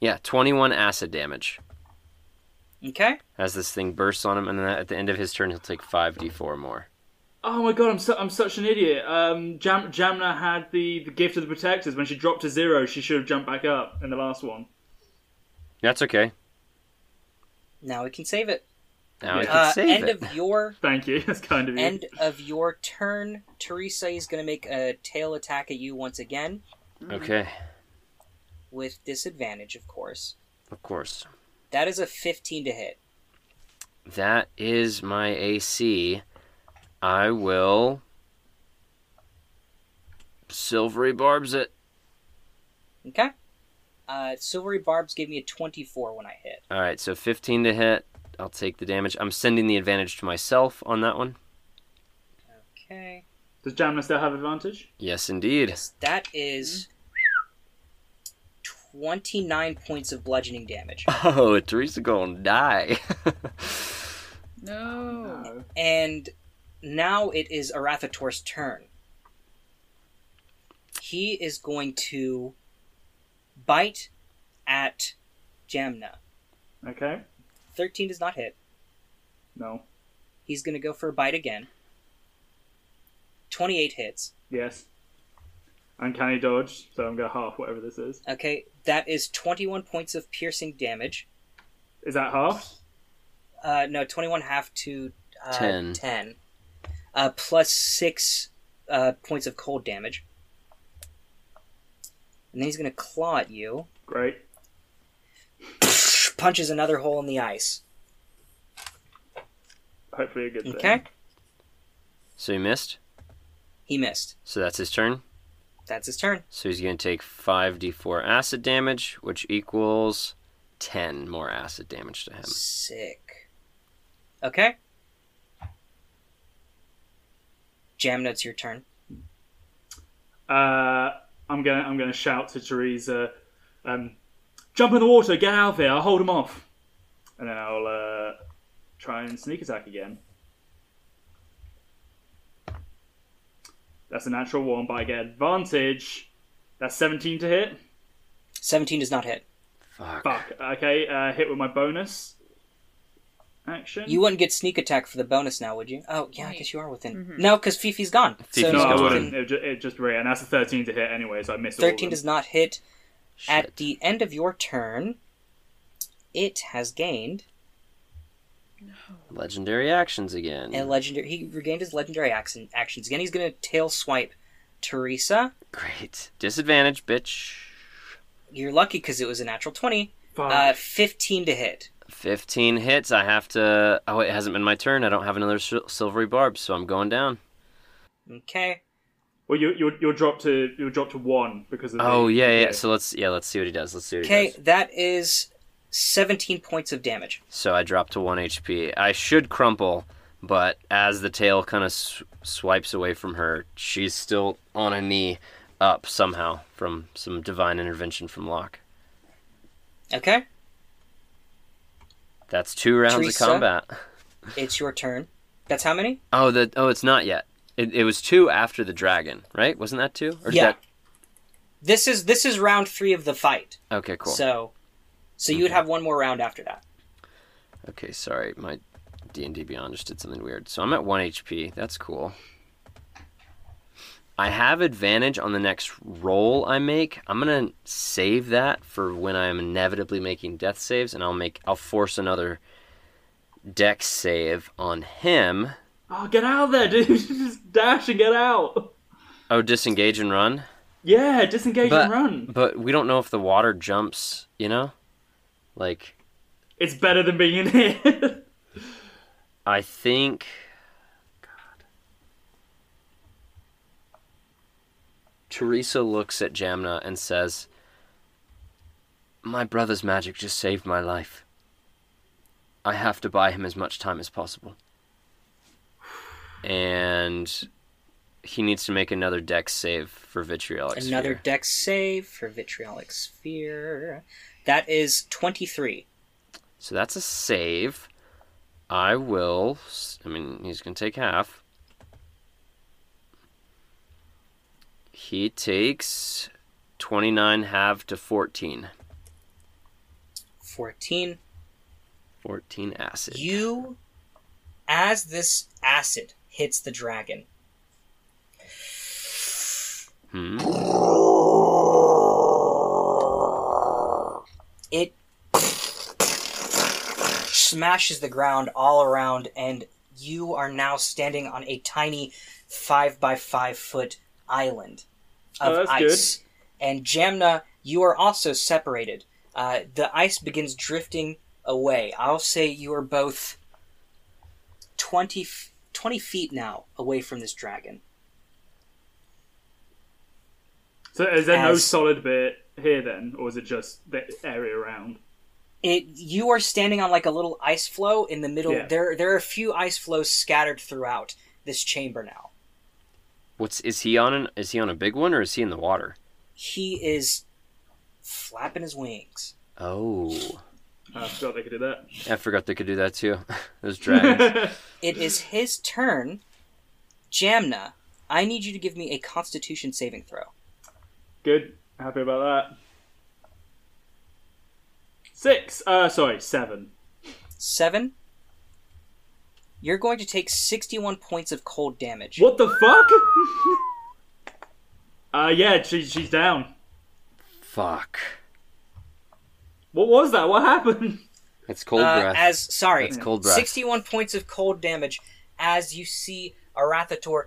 [SPEAKER 3] Yeah, 21 acid damage
[SPEAKER 2] Okay.
[SPEAKER 3] as this thing bursts on him, and then at the end of his turn, he'll take 5d4 more.
[SPEAKER 4] Oh my god, I'm su- I'm such an idiot. Um, Jam- Jamna had the, the gift of the protectors. When she dropped to zero, she should have jumped back up in the last one.
[SPEAKER 3] That's okay.
[SPEAKER 2] Now we can save it.
[SPEAKER 3] Now I
[SPEAKER 4] Yeah.
[SPEAKER 3] can
[SPEAKER 2] Uh,
[SPEAKER 3] save
[SPEAKER 2] end
[SPEAKER 3] it.
[SPEAKER 2] of your
[SPEAKER 4] Thank you. That's kind of you.
[SPEAKER 2] end of your turn. Teresa is going to make a tail attack at you once again
[SPEAKER 3] Okay,
[SPEAKER 2] with disadvantage, of course.
[SPEAKER 3] of course.
[SPEAKER 2] That is a fifteen to hit.
[SPEAKER 3] That is my AC. I will. Silvery barbs it.
[SPEAKER 2] Okay. Uh, silvery barbs gave me a twenty-four when I hit.
[SPEAKER 3] Alright, so 15 to hit. I'll take the damage. I'm sending the advantage to myself on that one.
[SPEAKER 2] Okay.
[SPEAKER 4] Does Jamna still have advantage?
[SPEAKER 3] Yes, indeed.
[SPEAKER 2] That is twenty-nine points of bludgeoning damage.
[SPEAKER 3] Oh, Teresa gonna die.
[SPEAKER 1] No.
[SPEAKER 2] And now it is Arathator's turn. He is going to bite at Jamna.
[SPEAKER 4] Okay.
[SPEAKER 2] 13 does not hit.
[SPEAKER 4] No.
[SPEAKER 2] He's going to go for a bite again. 28 hits.
[SPEAKER 4] Yes. Uncanny dodge. So I'm gonna half whatever this is.
[SPEAKER 2] Okay, that is 21 points of piercing damage.
[SPEAKER 4] Is that half?
[SPEAKER 2] Uh, no, 21 half to uh, 10.
[SPEAKER 3] Ten.
[SPEAKER 2] Uh, plus 6 uh, points of cold damage. And then he's going to claw at you.
[SPEAKER 4] Great.
[SPEAKER 2] punches another hole in the ice.
[SPEAKER 4] Hopefully a good thing.
[SPEAKER 2] Okay.
[SPEAKER 3] so he missed.
[SPEAKER 2] He missed.
[SPEAKER 3] So that's his turn.
[SPEAKER 2] That's his turn.
[SPEAKER 3] So he's gonna take 5d4 acid damage, which equals 10 more acid damage to him.
[SPEAKER 2] Sick. Okay. Jamna, it's your turn.
[SPEAKER 4] Uh, I'm gonna I'm gonna shout to Teresa, um, jump in the water, get out of here. I'll hold him off, and then I'll uh, try and sneak attack again. That's a natural one, but I get advantage. That's 17 to hit.
[SPEAKER 2] 17 does not hit.
[SPEAKER 3] Fuck.
[SPEAKER 4] Fuck. Okay, uh, hit with my bonus action.
[SPEAKER 2] You wouldn't get sneak attack for the bonus now, would you? Oh, yeah, I guess you are within. No, because Fifi's gone.
[SPEAKER 3] Fifi's
[SPEAKER 4] no, I
[SPEAKER 3] gone.
[SPEAKER 4] wouldn't. It would ju- it just re and that's a 13 to hit anyway, so I missed. all of
[SPEAKER 2] 13
[SPEAKER 4] them.
[SPEAKER 2] does not hit. At
[SPEAKER 3] Shit.
[SPEAKER 2] the end of your turn, it has gained
[SPEAKER 3] Legendary actions again.
[SPEAKER 2] a legendary. He regained his legendary action, actions again. He's going to tail swipe Teresa.
[SPEAKER 3] Great. Disadvantage, bitch.
[SPEAKER 2] You're lucky because it was a natural 20.
[SPEAKER 4] Fuck.
[SPEAKER 2] Uh, 15 to hit.
[SPEAKER 3] 15 hits. I have to. Oh, it hasn't been my turn. I don't have another sil- silvery barb, so I'm going down.
[SPEAKER 2] Okay.
[SPEAKER 4] well, you you'll, you'll drop to you'll drop to one because of.
[SPEAKER 3] Oh
[SPEAKER 4] the,
[SPEAKER 3] yeah, yeah. So let's yeah, let's see what he does. Let's see what he
[SPEAKER 2] Okay,
[SPEAKER 3] does.
[SPEAKER 2] that is 17 points of damage.
[SPEAKER 3] So I drop to one HP. I should crumple, but as the tail kind of sw- swipes away from her, she's still on a knee, up somehow from some divine intervention from Locke.
[SPEAKER 2] Okay,
[SPEAKER 3] That's two rounds
[SPEAKER 2] Teresa?
[SPEAKER 3] of combat.
[SPEAKER 2] it's your turn. That's how many?
[SPEAKER 3] Oh, the oh, it's not yet. It, it was two after the dragon, right? Wasn't that two? Or did
[SPEAKER 2] Yeah.
[SPEAKER 3] that-
[SPEAKER 2] This is this is round 3 of the fight.
[SPEAKER 3] okay, cool.
[SPEAKER 2] So so you would have one more round after that.
[SPEAKER 3] Okay, sorry, my D and D Beyond just did something weird. So I'm at one HP. That's cool. I have advantage on the next roll I make. I'm gonna save that for when I'm inevitably making death saves, and I'll make I'll force another dex save on him.
[SPEAKER 4] Oh, get out of there, dude! just dash and get out.
[SPEAKER 3] Oh, disengage and run.
[SPEAKER 4] Yeah, disengage
[SPEAKER 3] But-
[SPEAKER 4] and run.
[SPEAKER 3] But we don't know if the water jumps. You know, like
[SPEAKER 4] It's better than being in here.
[SPEAKER 3] I think. Teresa looks at Jamna and says, My brother's magic just saved my life. I have to buy him as much time as possible. And he needs to make another dex save for vitriolic. sphere.
[SPEAKER 2] Another dex save for vitriolic sphere. That is 23.
[SPEAKER 3] So that's a save. I will. s- I mean, he's going to take half. He takes 29 half to 14.
[SPEAKER 2] 14.
[SPEAKER 3] 14 acid.
[SPEAKER 2] You as this acid hits the dragon,
[SPEAKER 3] Hmm?
[SPEAKER 2] it smashes the ground all around and you are now standing on a tiny five by five foot island of
[SPEAKER 4] Oh, that's
[SPEAKER 2] ice and jamna you are also separated uh, the ice begins drifting away i'll say you are both 20, f- 20 feet now away from this dragon
[SPEAKER 4] so is there no
[SPEAKER 2] As-
[SPEAKER 4] solid bit here then, or is it just the area around?
[SPEAKER 2] it you are standing on like a little ice floe in the middle
[SPEAKER 4] Yeah.
[SPEAKER 2] there there are a few ice floes scattered throughout this chamber now
[SPEAKER 3] What's is he on an is he on a big one or is he in the water?
[SPEAKER 2] he is flapping his wings
[SPEAKER 3] Oh.
[SPEAKER 4] I forgot they could do that.
[SPEAKER 3] I forgot they could do that too. Those dragons.
[SPEAKER 2] it is his turn jamna i need you to give me a constitution saving throw
[SPEAKER 4] Good. Happy about that. Six. Uh, sorry, seven.
[SPEAKER 2] seven you're going to take 61 points of cold damage
[SPEAKER 4] What the fuck? uh, yeah, she, she's down.
[SPEAKER 3] Fuck.
[SPEAKER 4] What was that? What happened?
[SPEAKER 3] It's cold
[SPEAKER 2] Uh,
[SPEAKER 3] breath.
[SPEAKER 2] as sorry
[SPEAKER 3] That's cold breath.
[SPEAKER 2] 61 points of cold damage as you see Arathator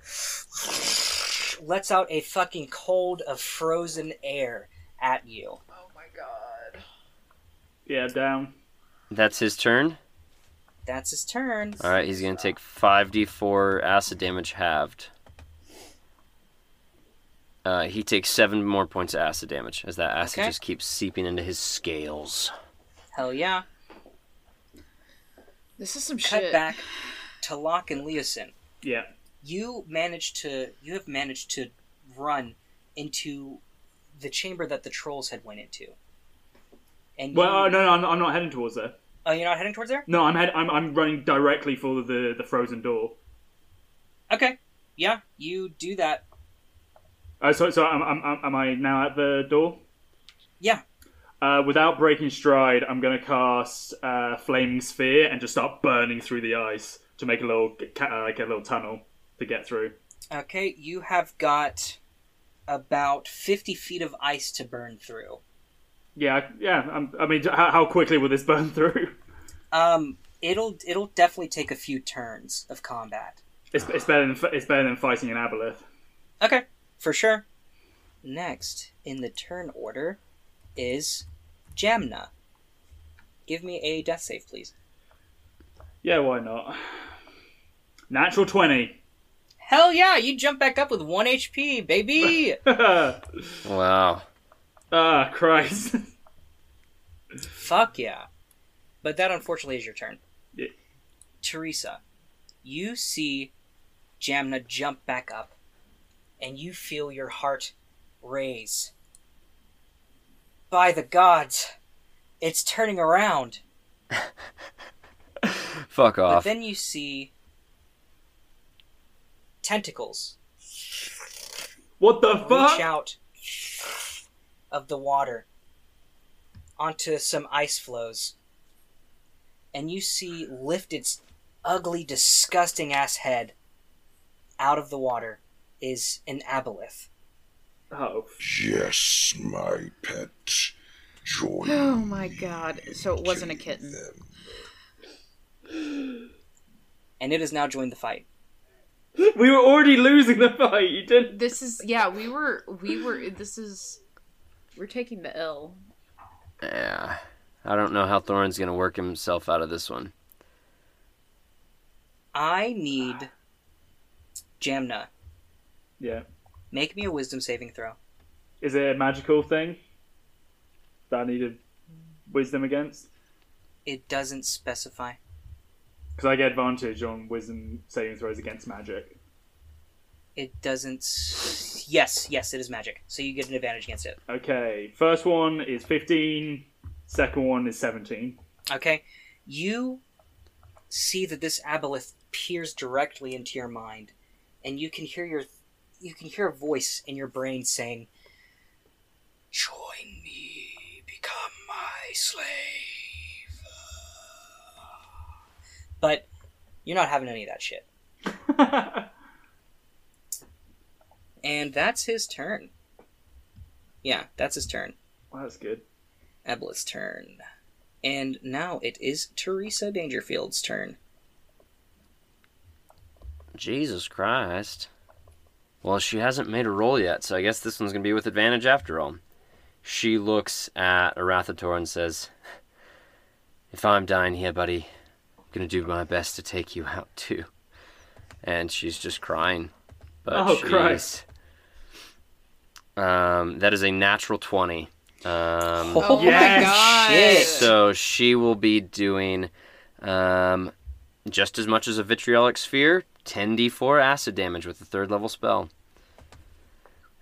[SPEAKER 2] lets out a fucking cold of frozen air at you.
[SPEAKER 1] Oh my god.
[SPEAKER 4] Yeah, down.
[SPEAKER 3] That's his turn.
[SPEAKER 2] That's his turn.
[SPEAKER 3] All right, he's going to take 5d4 acid damage halved. Uh, he takes seven more points of acid damage as that acid
[SPEAKER 2] Okay.
[SPEAKER 3] just keeps seeping into his scales.
[SPEAKER 2] Hell yeah.
[SPEAKER 1] This is some
[SPEAKER 2] Cut
[SPEAKER 1] shit.
[SPEAKER 2] back to Locke and Leosin.
[SPEAKER 4] Yeah.
[SPEAKER 2] You managed to you have managed to run into the chamber that the trolls had went into. And you,
[SPEAKER 4] Well, uh, no, no, I'm, I'm not heading towards there.
[SPEAKER 2] oh, you're not heading towards there?
[SPEAKER 4] No, I'm head, I'm, I'm running directly for the the frozen door.
[SPEAKER 2] Okay. Yeah, you do that.
[SPEAKER 4] Uh, so, so am, am, am- am I now at the door?
[SPEAKER 2] Yeah.
[SPEAKER 4] Uh, without breaking stride, I'm going to cast uh, flaming sphere and just start burning through the ice to make a little ca- uh, like a little tunnel to get through.
[SPEAKER 2] Okay, you have got about 50 feet of ice to burn through.
[SPEAKER 4] Yeah, yeah. I'm, I mean, how, how quickly will this burn through?
[SPEAKER 2] Um, it'll it'll definitely take a few turns of combat.
[SPEAKER 4] It's, it's better than fi- it's better than fighting an aboleth.
[SPEAKER 2] Okay, for sure. Next in the turn order is Jamna. Give me a death save, please.
[SPEAKER 4] Yeah, why not? Natural twenty.
[SPEAKER 2] Hell yeah, you jump back up with one HP, baby.
[SPEAKER 4] ah,
[SPEAKER 3] Wow.
[SPEAKER 4] Christ.
[SPEAKER 2] Fuck yeah. But that unfortunately is your turn.
[SPEAKER 4] Yeah.
[SPEAKER 2] Teresa, you see Jamna jump back up, and you feel your heart raise. By the gods, it's turning around.
[SPEAKER 3] Fuck
[SPEAKER 2] But
[SPEAKER 3] off.
[SPEAKER 2] then you see tentacles
[SPEAKER 4] what the
[SPEAKER 2] reach
[SPEAKER 4] fuck?
[SPEAKER 2] out of the water onto some ice floes. And you see lift its ugly, disgusting ass head out of the water is an aboleth.
[SPEAKER 4] Oh,
[SPEAKER 7] Yes, my pet. Join
[SPEAKER 1] Oh my god. So it wasn't a kitten.
[SPEAKER 7] them.
[SPEAKER 2] And it has now joined the fight.
[SPEAKER 4] we were already losing the fight. You didn't.
[SPEAKER 1] This is yeah, we were we were this is we're taking the L.
[SPEAKER 3] Yeah. I don't know how Thorin's gonna work himself out of this one.
[SPEAKER 2] I need Jamna.
[SPEAKER 4] Yeah.
[SPEAKER 2] Make me a wisdom saving throw.
[SPEAKER 4] Is it a magical thing that I needed wisdom against?
[SPEAKER 2] It doesn't specify.
[SPEAKER 4] Because I get advantage on wisdom saving throws against magic.
[SPEAKER 2] It doesn't. s- Yes, yes, it is magic. So you get an advantage against it.
[SPEAKER 4] Okay, first one is 15, second one is 17.
[SPEAKER 2] Okay, you see that this aboleth peers directly into your mind, and you can hear your, you can hear a voice in your brain saying, "Join me, become my slave." But you're not having any of that shit, and that's his turn. Yeah, that's his turn.
[SPEAKER 4] Well, that's good.
[SPEAKER 2] Aboleth's turn. And now it is Teresa Dangerfield's turn.
[SPEAKER 3] Jesus Christ. Well, she hasn't made a roll yet, so I guess this one's gonna be with advantage after all. She looks at Arathator and says, If I'm dying here, buddy, I'm gonna do my best to take you out too. And she's just crying. But
[SPEAKER 4] Oh,
[SPEAKER 3] she's-
[SPEAKER 4] Christ.
[SPEAKER 3] Um, that is a natural 20. Um,
[SPEAKER 1] Oh my
[SPEAKER 4] Yes!
[SPEAKER 1] god.
[SPEAKER 2] Shit.
[SPEAKER 3] so she will be doing um, just as much as a vitriolic sphere, 10d4 acid damage with the third level spell.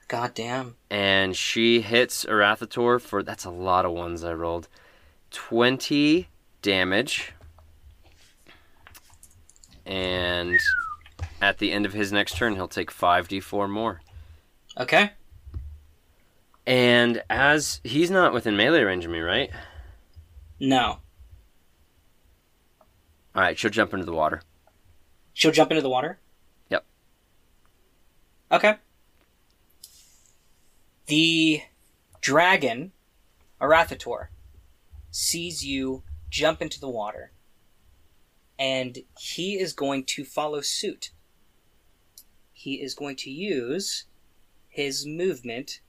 [SPEAKER 2] God damn.
[SPEAKER 3] And she hits Arathator for that's a lot of ones I rolled. 20 damage. And at the end of his next turn, he'll take 5d4 more.
[SPEAKER 2] Okay.
[SPEAKER 3] And as he's not within melee range of me, right?
[SPEAKER 2] No.
[SPEAKER 3] All right, she'll jump into the water.
[SPEAKER 2] She'll jump into the water?
[SPEAKER 3] Yep.
[SPEAKER 2] Okay. The dragon, Arathator, sees you jump into the water. And he is going to follow suit. He is going to use his movement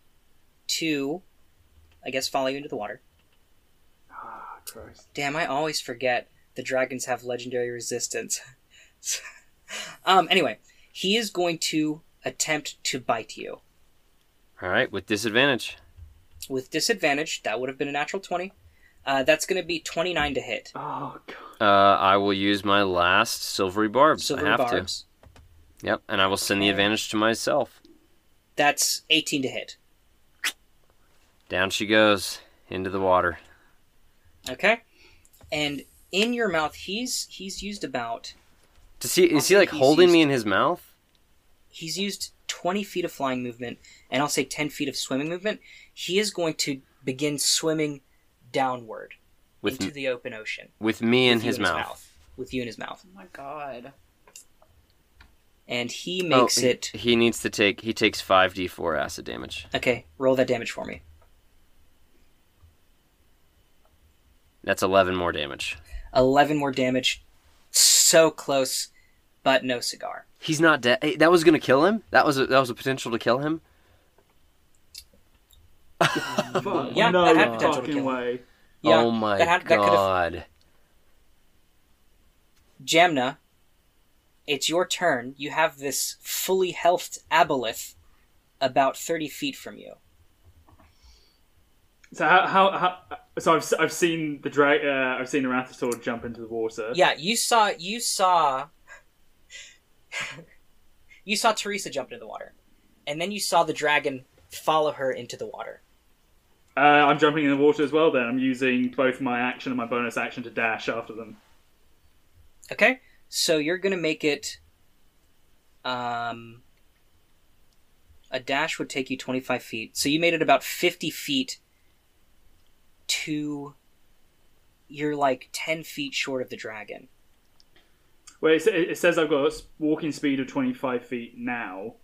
[SPEAKER 2] to, I guess, follow you into the water.
[SPEAKER 4] Ah, Christ.
[SPEAKER 2] Damn, I always forget the dragons have legendary resistance. um, anyway, he is going to attempt to bite you.
[SPEAKER 3] All right, with disadvantage.
[SPEAKER 2] With disadvantage, that would have been a natural 20. Uh, that's going to be 29 to hit.
[SPEAKER 4] Oh, God.
[SPEAKER 3] Uh, I will use my last silvery barbs. I
[SPEAKER 2] Silver
[SPEAKER 3] have
[SPEAKER 2] barbs.
[SPEAKER 3] to. Yep, and I will send the advantage to myself.
[SPEAKER 2] That's 18 to hit.
[SPEAKER 3] Down she goes into the water.
[SPEAKER 2] Okay? And in your mouth, he's he's used about
[SPEAKER 3] Does he
[SPEAKER 2] I
[SPEAKER 3] is he
[SPEAKER 2] think
[SPEAKER 3] like
[SPEAKER 2] he's
[SPEAKER 3] holding me
[SPEAKER 2] used-
[SPEAKER 3] in his mouth?
[SPEAKER 2] he's used 20 feet of flying movement and I'll say 10 feet of swimming movement, he is going to begin swimming downward
[SPEAKER 3] with
[SPEAKER 2] into the open ocean.
[SPEAKER 3] with me in
[SPEAKER 2] with you
[SPEAKER 3] his mouth.
[SPEAKER 2] With you in his mouth.
[SPEAKER 1] Oh my god.
[SPEAKER 2] And he makes
[SPEAKER 3] Oh,
[SPEAKER 2] it.
[SPEAKER 3] He needs to take. He takes five d four acid damage.
[SPEAKER 2] Okay, roll that damage for me.
[SPEAKER 3] That's eleven more damage.
[SPEAKER 2] 11 more damage. So close, but no cigar.
[SPEAKER 3] He's not dead. Hey, that was gonna kill him. That was a, that was a potential to kill him.
[SPEAKER 4] Fuck,
[SPEAKER 2] Yeah,
[SPEAKER 4] no
[SPEAKER 2] that had potential to kill
[SPEAKER 4] fucking
[SPEAKER 2] him.
[SPEAKER 4] way.
[SPEAKER 2] Yeah,
[SPEAKER 3] oh my
[SPEAKER 2] that had- that could've-
[SPEAKER 3] god.
[SPEAKER 2] Jamna, it's your turn. You have this fully healthed aboleth about 30 feet from you.
[SPEAKER 4] So how, how, how so I've, s- I've seen the dra- uh, I've seen the Rathasaur jump into the water.
[SPEAKER 2] Yeah, you saw you saw you saw Teresa jump into the water. And then you saw the dragon follow her into the water.
[SPEAKER 4] Uh, I'm jumping in the water as well. Then I'm using both my action and my bonus action to dash after them.
[SPEAKER 2] Okay? So you're going to make it um a dash would take you 25 feet. So you made it about 50 feet to you're like 10 feet short of the dragon.
[SPEAKER 4] Well, it, sa- it says I've got a s- walking speed of 25 feet now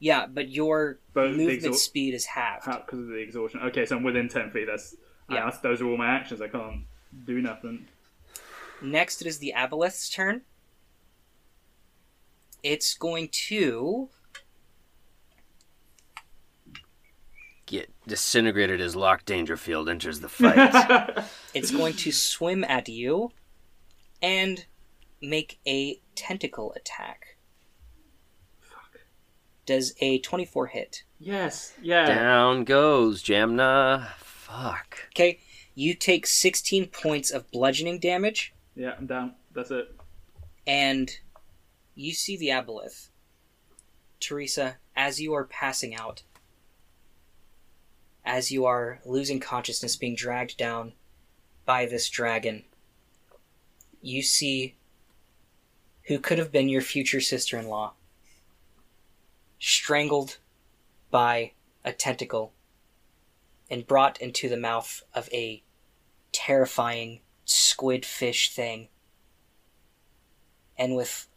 [SPEAKER 2] Yeah, but your
[SPEAKER 4] But the
[SPEAKER 2] movement
[SPEAKER 4] exhaust-
[SPEAKER 2] speed is halved.
[SPEAKER 4] because of the exhaustion. Okay, so I'm within 10 feet. That's,
[SPEAKER 2] Yeah.
[SPEAKER 4] yeah. that's those are all my actions. I can't do nothing.
[SPEAKER 2] Next, it is the Aboleth's turn. It's going to.
[SPEAKER 3] Get disintegrated as Locke Dangerfield enters the fight.
[SPEAKER 2] It's going to swim at you, and make a tentacle attack. Does a twenty-four hit?
[SPEAKER 4] yes, yeah.
[SPEAKER 3] Down goes Jamna. Fuck.
[SPEAKER 2] Okay, you take sixteen points of bludgeoning damage,
[SPEAKER 4] Yeah, I'm down. That's it.
[SPEAKER 2] and you see the Aboleth. Teresa, as you are passing out, as you are losing consciousness, being dragged down by this dragon, you see who could have been your future sister in law, strangled by a tentacle and brought into the mouth of a terrifying squid fish thing and with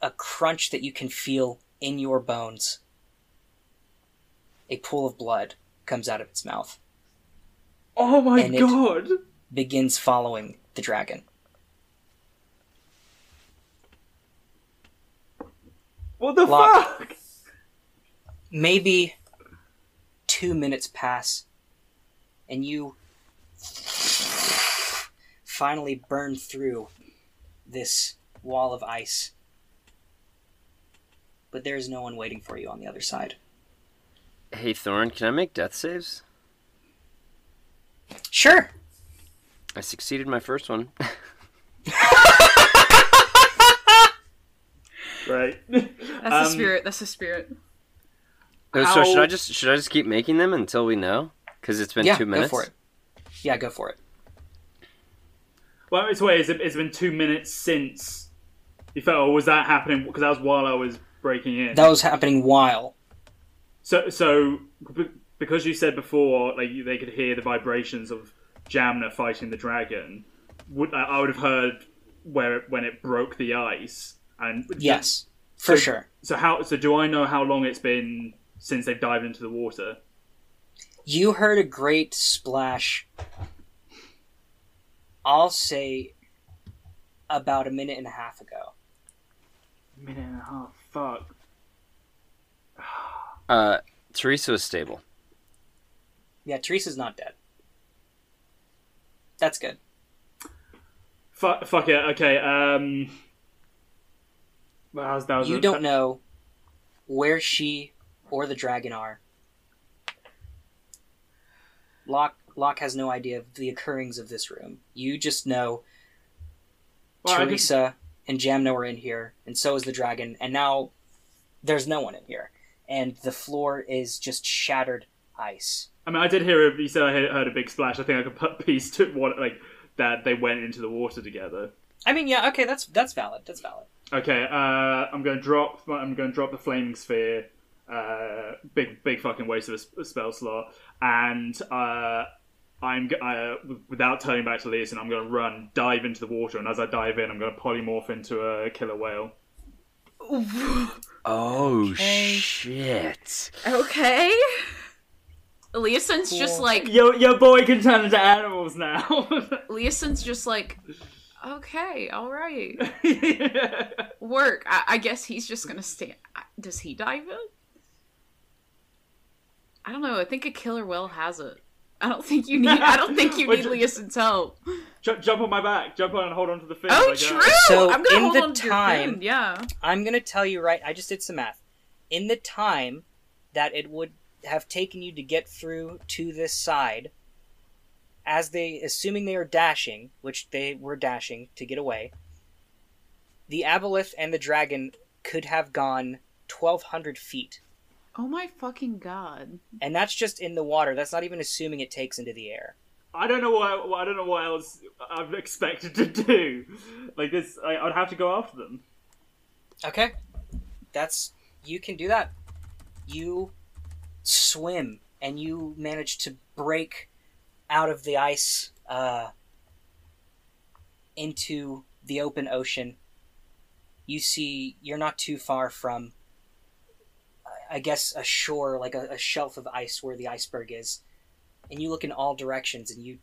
[SPEAKER 2] a crunch that you can feel in your bones, a pool of blood comes out of its mouth,
[SPEAKER 4] Oh my
[SPEAKER 2] And it-
[SPEAKER 4] god!
[SPEAKER 2] begins following the dragon.
[SPEAKER 4] What the
[SPEAKER 2] Lock.
[SPEAKER 4] fuck?
[SPEAKER 2] Maybe two minutes pass, and you finally burn through this wall of ice. But there is no one waiting for you on the other side.
[SPEAKER 3] Hey Thorn, can I make death saves?
[SPEAKER 2] Sure!
[SPEAKER 3] I succeeded my first one.
[SPEAKER 4] Right.
[SPEAKER 1] That's
[SPEAKER 4] Um,
[SPEAKER 1] the spirit. That's the spirit.
[SPEAKER 3] Uh, So should
[SPEAKER 4] Ow.
[SPEAKER 3] I just should I just keep making them until we know? Because it's been
[SPEAKER 2] yeah,
[SPEAKER 3] two minutes.
[SPEAKER 2] go for it. Yeah, go for it.
[SPEAKER 4] Well, it's wait. It's, it's been two minutes since you felt. Or was that happening? Because that was while I was breaking in.
[SPEAKER 2] That was happening while
[SPEAKER 4] So, so b- because you said before, like you- they could hear the vibrations of Jamna fighting the dragon. Would I, I would have heard where it, when it broke the ice? And
[SPEAKER 2] Yes, for
[SPEAKER 4] So-
[SPEAKER 2] sure.
[SPEAKER 4] So how? So do I know how long it's been since they've dived into the water?
[SPEAKER 2] You heard a great splash. I'll say about a minute and a half ago.
[SPEAKER 4] A minute and a half. Fuck.
[SPEAKER 3] Uh, Teresa is stable.
[SPEAKER 2] Yeah, Teresa's not dead. That's good.
[SPEAKER 4] Fuck. Fuck it. Okay. Um. Well, that was, that was
[SPEAKER 2] You
[SPEAKER 4] a-
[SPEAKER 2] don't know where she or the dragon are. Locke, Locke has no idea of the occurrings of this room. You just know
[SPEAKER 4] Well, I just-
[SPEAKER 2] Teresa and Jamna were in here, and so is the dragon, and now there's no one in here. And the floor is just shattered ice.
[SPEAKER 4] I mean, I did hear. A, you said I heard heard a big splash. I think I could put piece to what like that they went into the water together.
[SPEAKER 2] I mean, yeah, okay, that's that's valid. That's valid.
[SPEAKER 4] Okay, uh, I'm going to drop. I'm going to drop the flaming sphere. Uh, big, big fucking waste of a s- a spell slot. And uh, I'm g- uh, w- without turning back to Leeson, I'm going to run, dive into the water, and as I dive in, I'm going to polymorph into a killer whale.
[SPEAKER 3] Oh shit!
[SPEAKER 1] Okay. Leeson's just like
[SPEAKER 4] Your your boy can turn into animals now.
[SPEAKER 1] Leeson's just like okay, all right, work. I, I guess he's just gonna stay. I- Does he dive in? I don't know. I think a killer whale has it. I don't think you need. I don't think you need
[SPEAKER 4] Which-
[SPEAKER 1] Leeson's help.
[SPEAKER 2] Oh
[SPEAKER 4] Ju- jump on my back. Jump on and hold on to the uh, fish.
[SPEAKER 1] Oh,
[SPEAKER 4] I guess.
[SPEAKER 1] true.
[SPEAKER 2] So,
[SPEAKER 1] I'm gonna
[SPEAKER 2] in
[SPEAKER 1] hold
[SPEAKER 2] the
[SPEAKER 1] on to your
[SPEAKER 2] time-
[SPEAKER 1] hand, Yeah.
[SPEAKER 2] I'm going to tell you right. I just did some math. In the time that it would have taken you to get through to this side, as they, assuming they are dashing, which they were dashing to get away, the aboleth and the dragon could have gone 1,200 feet.
[SPEAKER 1] Oh my fucking god.
[SPEAKER 2] And that's just in the water. That's not even assuming it takes into the air.
[SPEAKER 4] I don't know what I, I don't know what else I'm expected to do. Like this, I, I'd have to go after them.
[SPEAKER 2] Okay. That's you can do that. You swim and you manage to break out of the ice uh, into the open ocean. You see, you're not too far from, I- I guess, a shore, like a, a shelf of ice where the iceberg is, and you look in all directions and you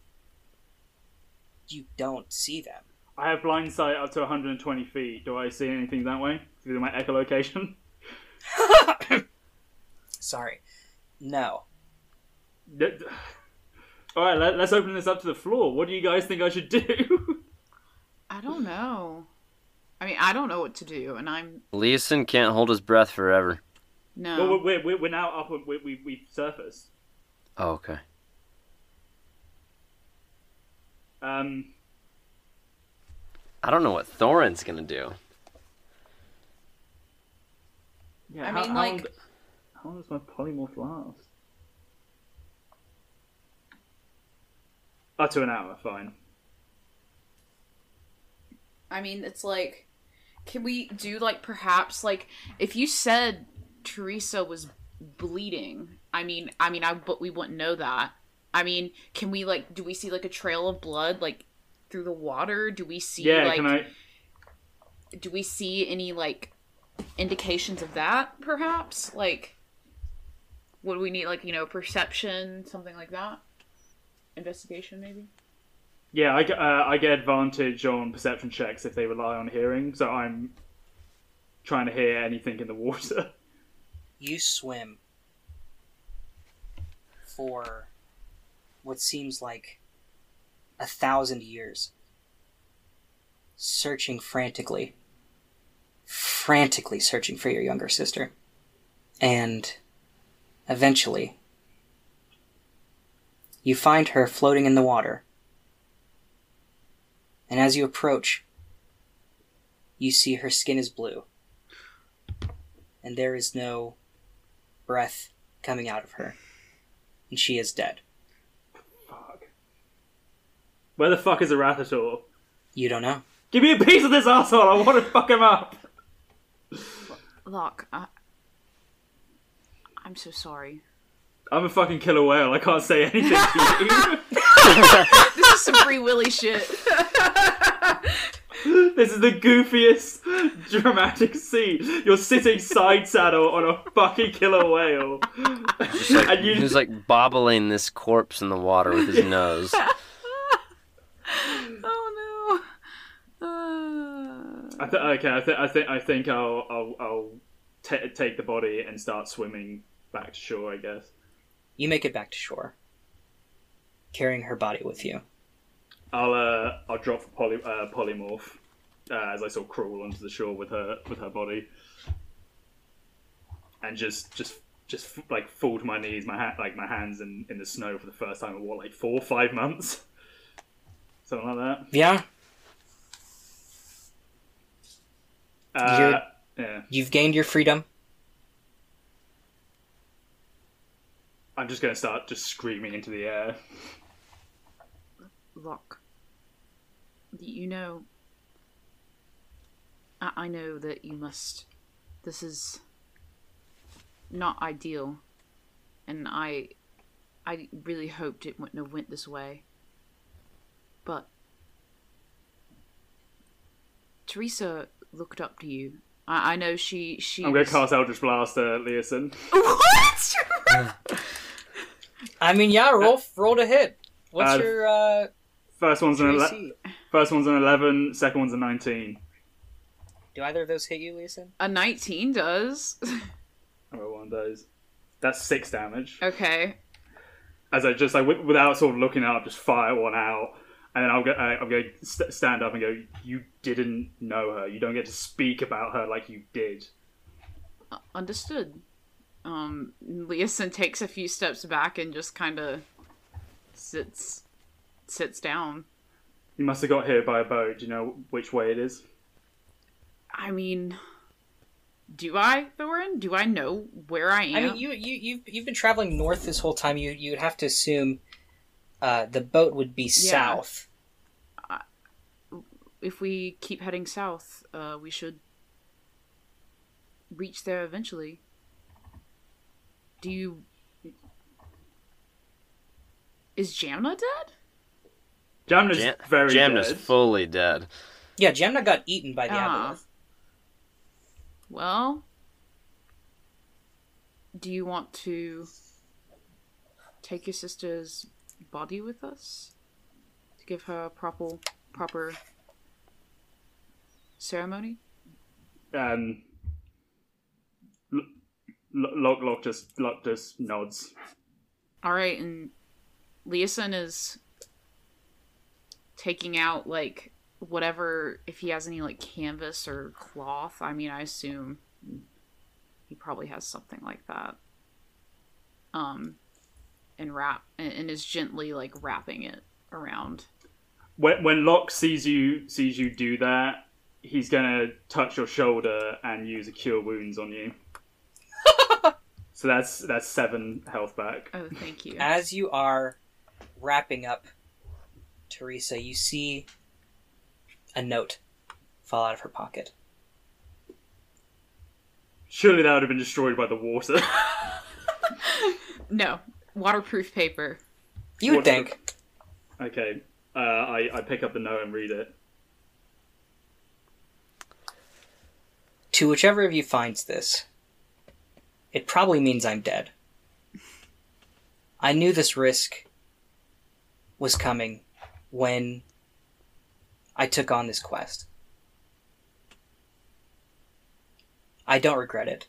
[SPEAKER 2] you don't see them.
[SPEAKER 4] I have blind sight up to 120 feet. Do I see anything that way through my echolocation?
[SPEAKER 2] Sorry, no.
[SPEAKER 4] All right, let, let's open this up to the floor. What do you guys think I should do?
[SPEAKER 1] I don't know. I mean, I don't know what to do, and I'm
[SPEAKER 3] Leeson can't hold his breath forever.
[SPEAKER 1] no.
[SPEAKER 4] well, we're, we're, we're now up. We we we surfaced.
[SPEAKER 3] Oh, okay.
[SPEAKER 4] Um,
[SPEAKER 3] I don't know what Thorin's gonna do.
[SPEAKER 4] yeah,
[SPEAKER 1] I
[SPEAKER 4] how,
[SPEAKER 1] mean,
[SPEAKER 4] how
[SPEAKER 1] like-
[SPEAKER 4] long, d- how long does my polymorph last? Up to an hour, fine.
[SPEAKER 1] I mean, it's like, can we do like perhaps like if you said Teresa was bleeding? I mean, I mean, I but we wouldn't know that. I mean, can we like do we see like a trail of blood like through the water? Do we see
[SPEAKER 4] Yeah,
[SPEAKER 1] like
[SPEAKER 4] can I?
[SPEAKER 1] do we see any like indications of that perhaps? Like would we need like, you know, perception, something like that? Investigation maybe?
[SPEAKER 4] Yeah, I, get- uh, I get advantage on perception checks if they rely on hearing, so I'm trying to hear anything in the water.
[SPEAKER 2] you swim for what seems like a thousand years, searching frantically, frantically searching for your younger sister. And eventually, you find her floating in the water. And as you approach, you see her skin is blue, and there is no breath coming out of her. And she is dead.
[SPEAKER 4] Fuck. Where the fuck is Erathator?
[SPEAKER 2] You don't know.
[SPEAKER 4] Give me a piece of this asshole! I want to fuck him up!
[SPEAKER 1] Look, I I'm so sorry.
[SPEAKER 4] I'm a fucking killer whale, I can't say anything to
[SPEAKER 1] This is some free willy shit.
[SPEAKER 4] you. this is the goofiest dramatic scene. You're sitting side saddle on a fucking killer whale. and you
[SPEAKER 3] He's like bobbling this corpse in the water with his nose.
[SPEAKER 1] Oh no. Uh,
[SPEAKER 4] I th- okay, I, th- I think I think I'll I'll, I'll ta take the body and start swimming back to shore. I guess.
[SPEAKER 2] You make it back to shore, carrying her body with you.
[SPEAKER 4] I'll uh, I'll drop for poly- uh, polymorph uh, as I sort of crawl onto the shore with her with her body, and just just just like fall to my knees, my ha- like my hands in, in the snow for the first time in what like four five months, something like
[SPEAKER 2] Yeah,
[SPEAKER 4] that. Uh, yeah,
[SPEAKER 2] you've gained your freedom.
[SPEAKER 4] I'm just gonna start just screaming into the air.
[SPEAKER 1] Locke, you know, I, I know that you must. This is not ideal, and I, I really hoped it wouldn't have went this way. But Teresa looked up to you. I, I know she she.
[SPEAKER 4] I'm going to cast Eldritch Blast uh, at Leeson.
[SPEAKER 1] What?
[SPEAKER 2] I mean, yeah, roll roll to hit. What's
[SPEAKER 4] Uh,
[SPEAKER 2] your uh,
[SPEAKER 4] First one's an ele-
[SPEAKER 2] AC?
[SPEAKER 4] first one's an 11, second one's a 19.
[SPEAKER 2] Do either of those hit you, Leeson?
[SPEAKER 1] A nineteen does.
[SPEAKER 4] I roll one of those. That's six damage.
[SPEAKER 1] okay.
[SPEAKER 4] As I just like wi- without sort of looking up, just fire one out, and then I'll go. I- I'll go st- stand up and go. You didn't know her. You don't get to speak about her like you did.
[SPEAKER 1] Understood. Um, Leeson takes a few steps back and just kind of sits sits down.
[SPEAKER 4] You must have got here by a boat. Do you know which way it is?
[SPEAKER 1] I mean, do I, Thorin? Do I know where I am?
[SPEAKER 2] I mean, you you you've, you've been traveling north this whole time. You you'd have to assume uh, the boat would be south.
[SPEAKER 1] if we keep heading south, uh, we should reach there eventually. Do you? Is Jamna dead?
[SPEAKER 4] Jamna's
[SPEAKER 3] Jam-
[SPEAKER 4] very
[SPEAKER 3] Jamna's
[SPEAKER 4] dead.
[SPEAKER 3] fully dead.
[SPEAKER 2] Yeah, Gemna got eaten by the
[SPEAKER 1] Ah.
[SPEAKER 2] aboleth.
[SPEAKER 1] Well, do you want to take your sister's body with us to give her a proper proper ceremony?
[SPEAKER 4] um, L- L- Locke, Locke just Locke just nods.
[SPEAKER 1] All right, and Leeson is taking out like whatever if he has any like canvas or cloth. I mean, I assume he probably has something like that. Um, and wrap and, and is gently like wrapping it around.
[SPEAKER 4] When when Locke sees you sees you do that, he's gonna touch your shoulder and use a cure wounds on you. so that's that's seven health back.
[SPEAKER 1] Oh, thank you.
[SPEAKER 2] As you are wrapping up, Teresa, you see a note fall out of her pocket.
[SPEAKER 4] Surely that would have been destroyed by the water.
[SPEAKER 1] No, waterproof paper.
[SPEAKER 2] You would
[SPEAKER 4] What is
[SPEAKER 2] think.
[SPEAKER 4] okay, uh, I I pick up the note and read it.
[SPEAKER 2] To whichever of you finds this, it probably means I'm dead. I knew this risk was coming when I took on this quest. I don't regret it.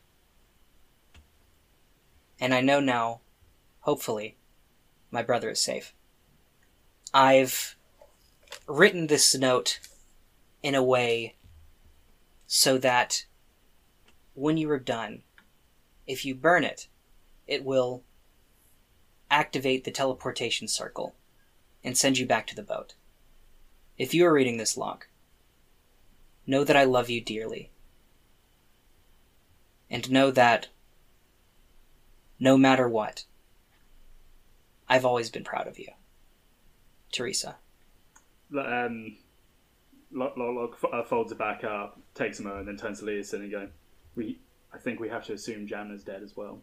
[SPEAKER 2] And I know now, hopefully, my brother is safe. I've written this note in a way so that when you are done, if you burn it, it will activate the teleportation circle and send you back to the boat. If you are reading this log, know that I love you dearly. And know that no matter what, I've always been proud of you. Teresa.
[SPEAKER 4] L- Um, Locke, Locke, Locke uh, folds it back up, takes a moment, and then turns to Leeson and go. We I think we have to assume Jamna's dead as well.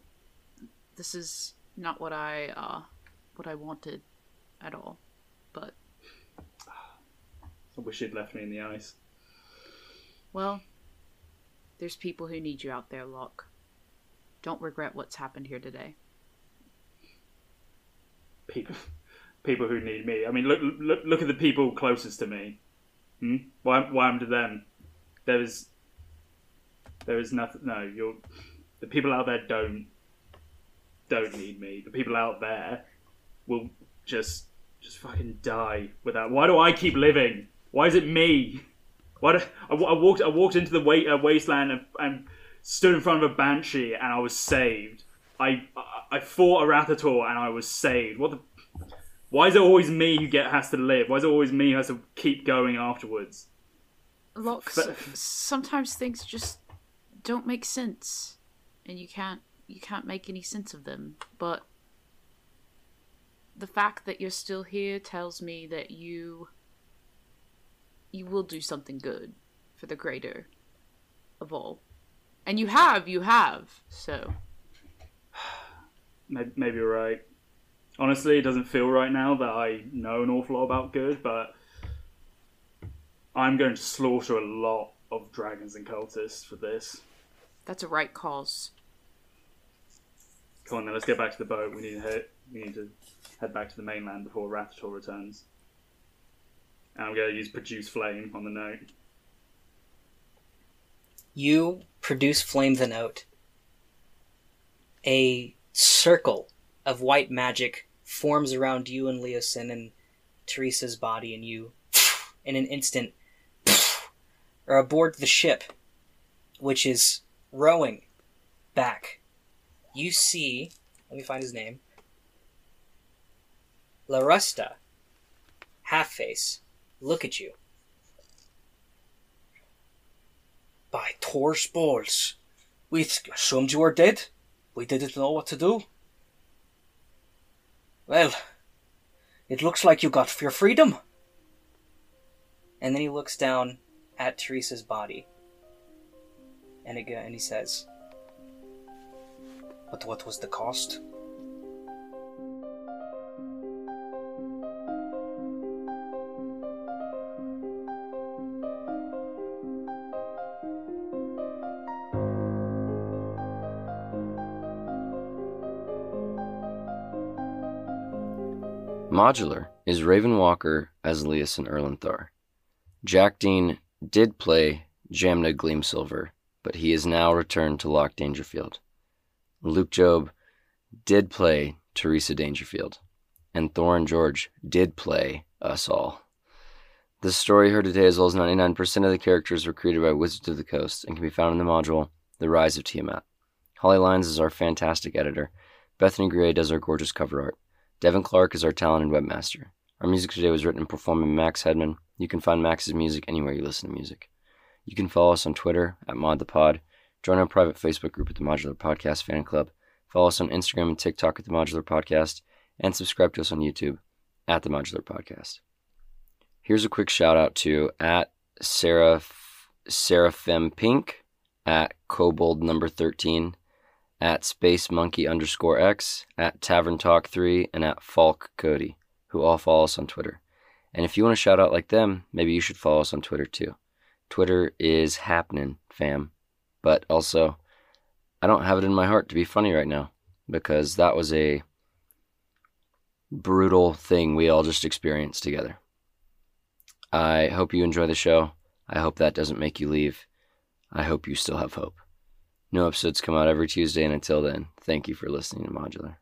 [SPEAKER 1] This is not what I uh what I wanted at all. But
[SPEAKER 4] I wish she'd left me in the ice.
[SPEAKER 1] Well, there's people who need you out there, Locke. Don't regret what's happened here today.
[SPEAKER 4] people people who need me. I mean, look look, look at the people closest to me. Hmm? Why why am I to them? There is there is nothing. No, you're the people out there don't don't need me. The people out there will just just fucking die without. Why do I keep living? Why is it me? Why do, I, wa- I walked I walked into the wa uh, wasteland and, and stood in front of a banshee and I was saved. I I- I fought a Rathator and I was saved. What the? Why is it always me who get has to live? Why is it always me who has to keep going afterwards?
[SPEAKER 1] Locke, s- sometimes things just don't make sense, and you can't you can't make any sense of them. But the fact that you're still here tells me that you you will do something good for the greater of all. And you have, you have. So
[SPEAKER 4] Maybe, maybe you're right. Honestly, it doesn't feel right now that I know an awful lot about good, but I'm going to slaughter a lot of dragons and cultists for this.
[SPEAKER 1] that's a right cause.
[SPEAKER 4] Come on, then, let's get back to the boat. We need to head, we need to head back to the mainland before Rathator returns. And I'm going to use produce flame on the note.
[SPEAKER 2] You produce flame the note. A circle of white magic forms around you and Leosin and Teresa's body, and you, in an instant, are aboard the ship, which is rowing back. You see, let me find his name, La Rusta, half face, look at you. By Tor's balls. We th- assumed you were dead. We didn't know what to do. Well, it looks like you got your freedom. And then he looks down at Teresa's body. And again, and he says, But what was the cost?
[SPEAKER 3] Modular is Raven Walker as Elias and Erlenthar. Jack Dean did play Jamna Gleamsilver, but he is now returned to Locke Dangerfield. Luke Job did play Teresa Dangerfield, and Thorin George did play us all. The story heard today, as well as 99% of the characters, were created by Wizards of the Coast and can be found in the module The Rise of Tiamat. Holly Lyons is our fantastic editor. Bethany Gray does our gorgeous cover art. Devin Clark is our talented webmaster. Our music today was written and performed by Max Hedman. You can find Max's music anywhere you listen to music. You can follow us on Twitter at ModThePod. Join our private Facebook group at the Modular Podcast Fan Club. Follow us on Instagram and TikTok at the Modular Podcast. And subscribe to us on YouTube at the Modular Podcast. Here's a quick shout out to at Sarah Seraphim Pink, at Kobold number 13, at space monkey underscore x, at tavern talk 3, and at falk cody, who all follow us on Twitter. And if you want to shout out like them, maybe you should follow us on Twitter too. Twitter is happening, fam. But also, I don't have it in my heart to be funny right now because that was a brutal thing we all just experienced together. I hope you enjoy the show. I hope that doesn't make you leave. I hope you still have hope. New episodes come out every Tuesday, and until then, thank you for listening to Modular.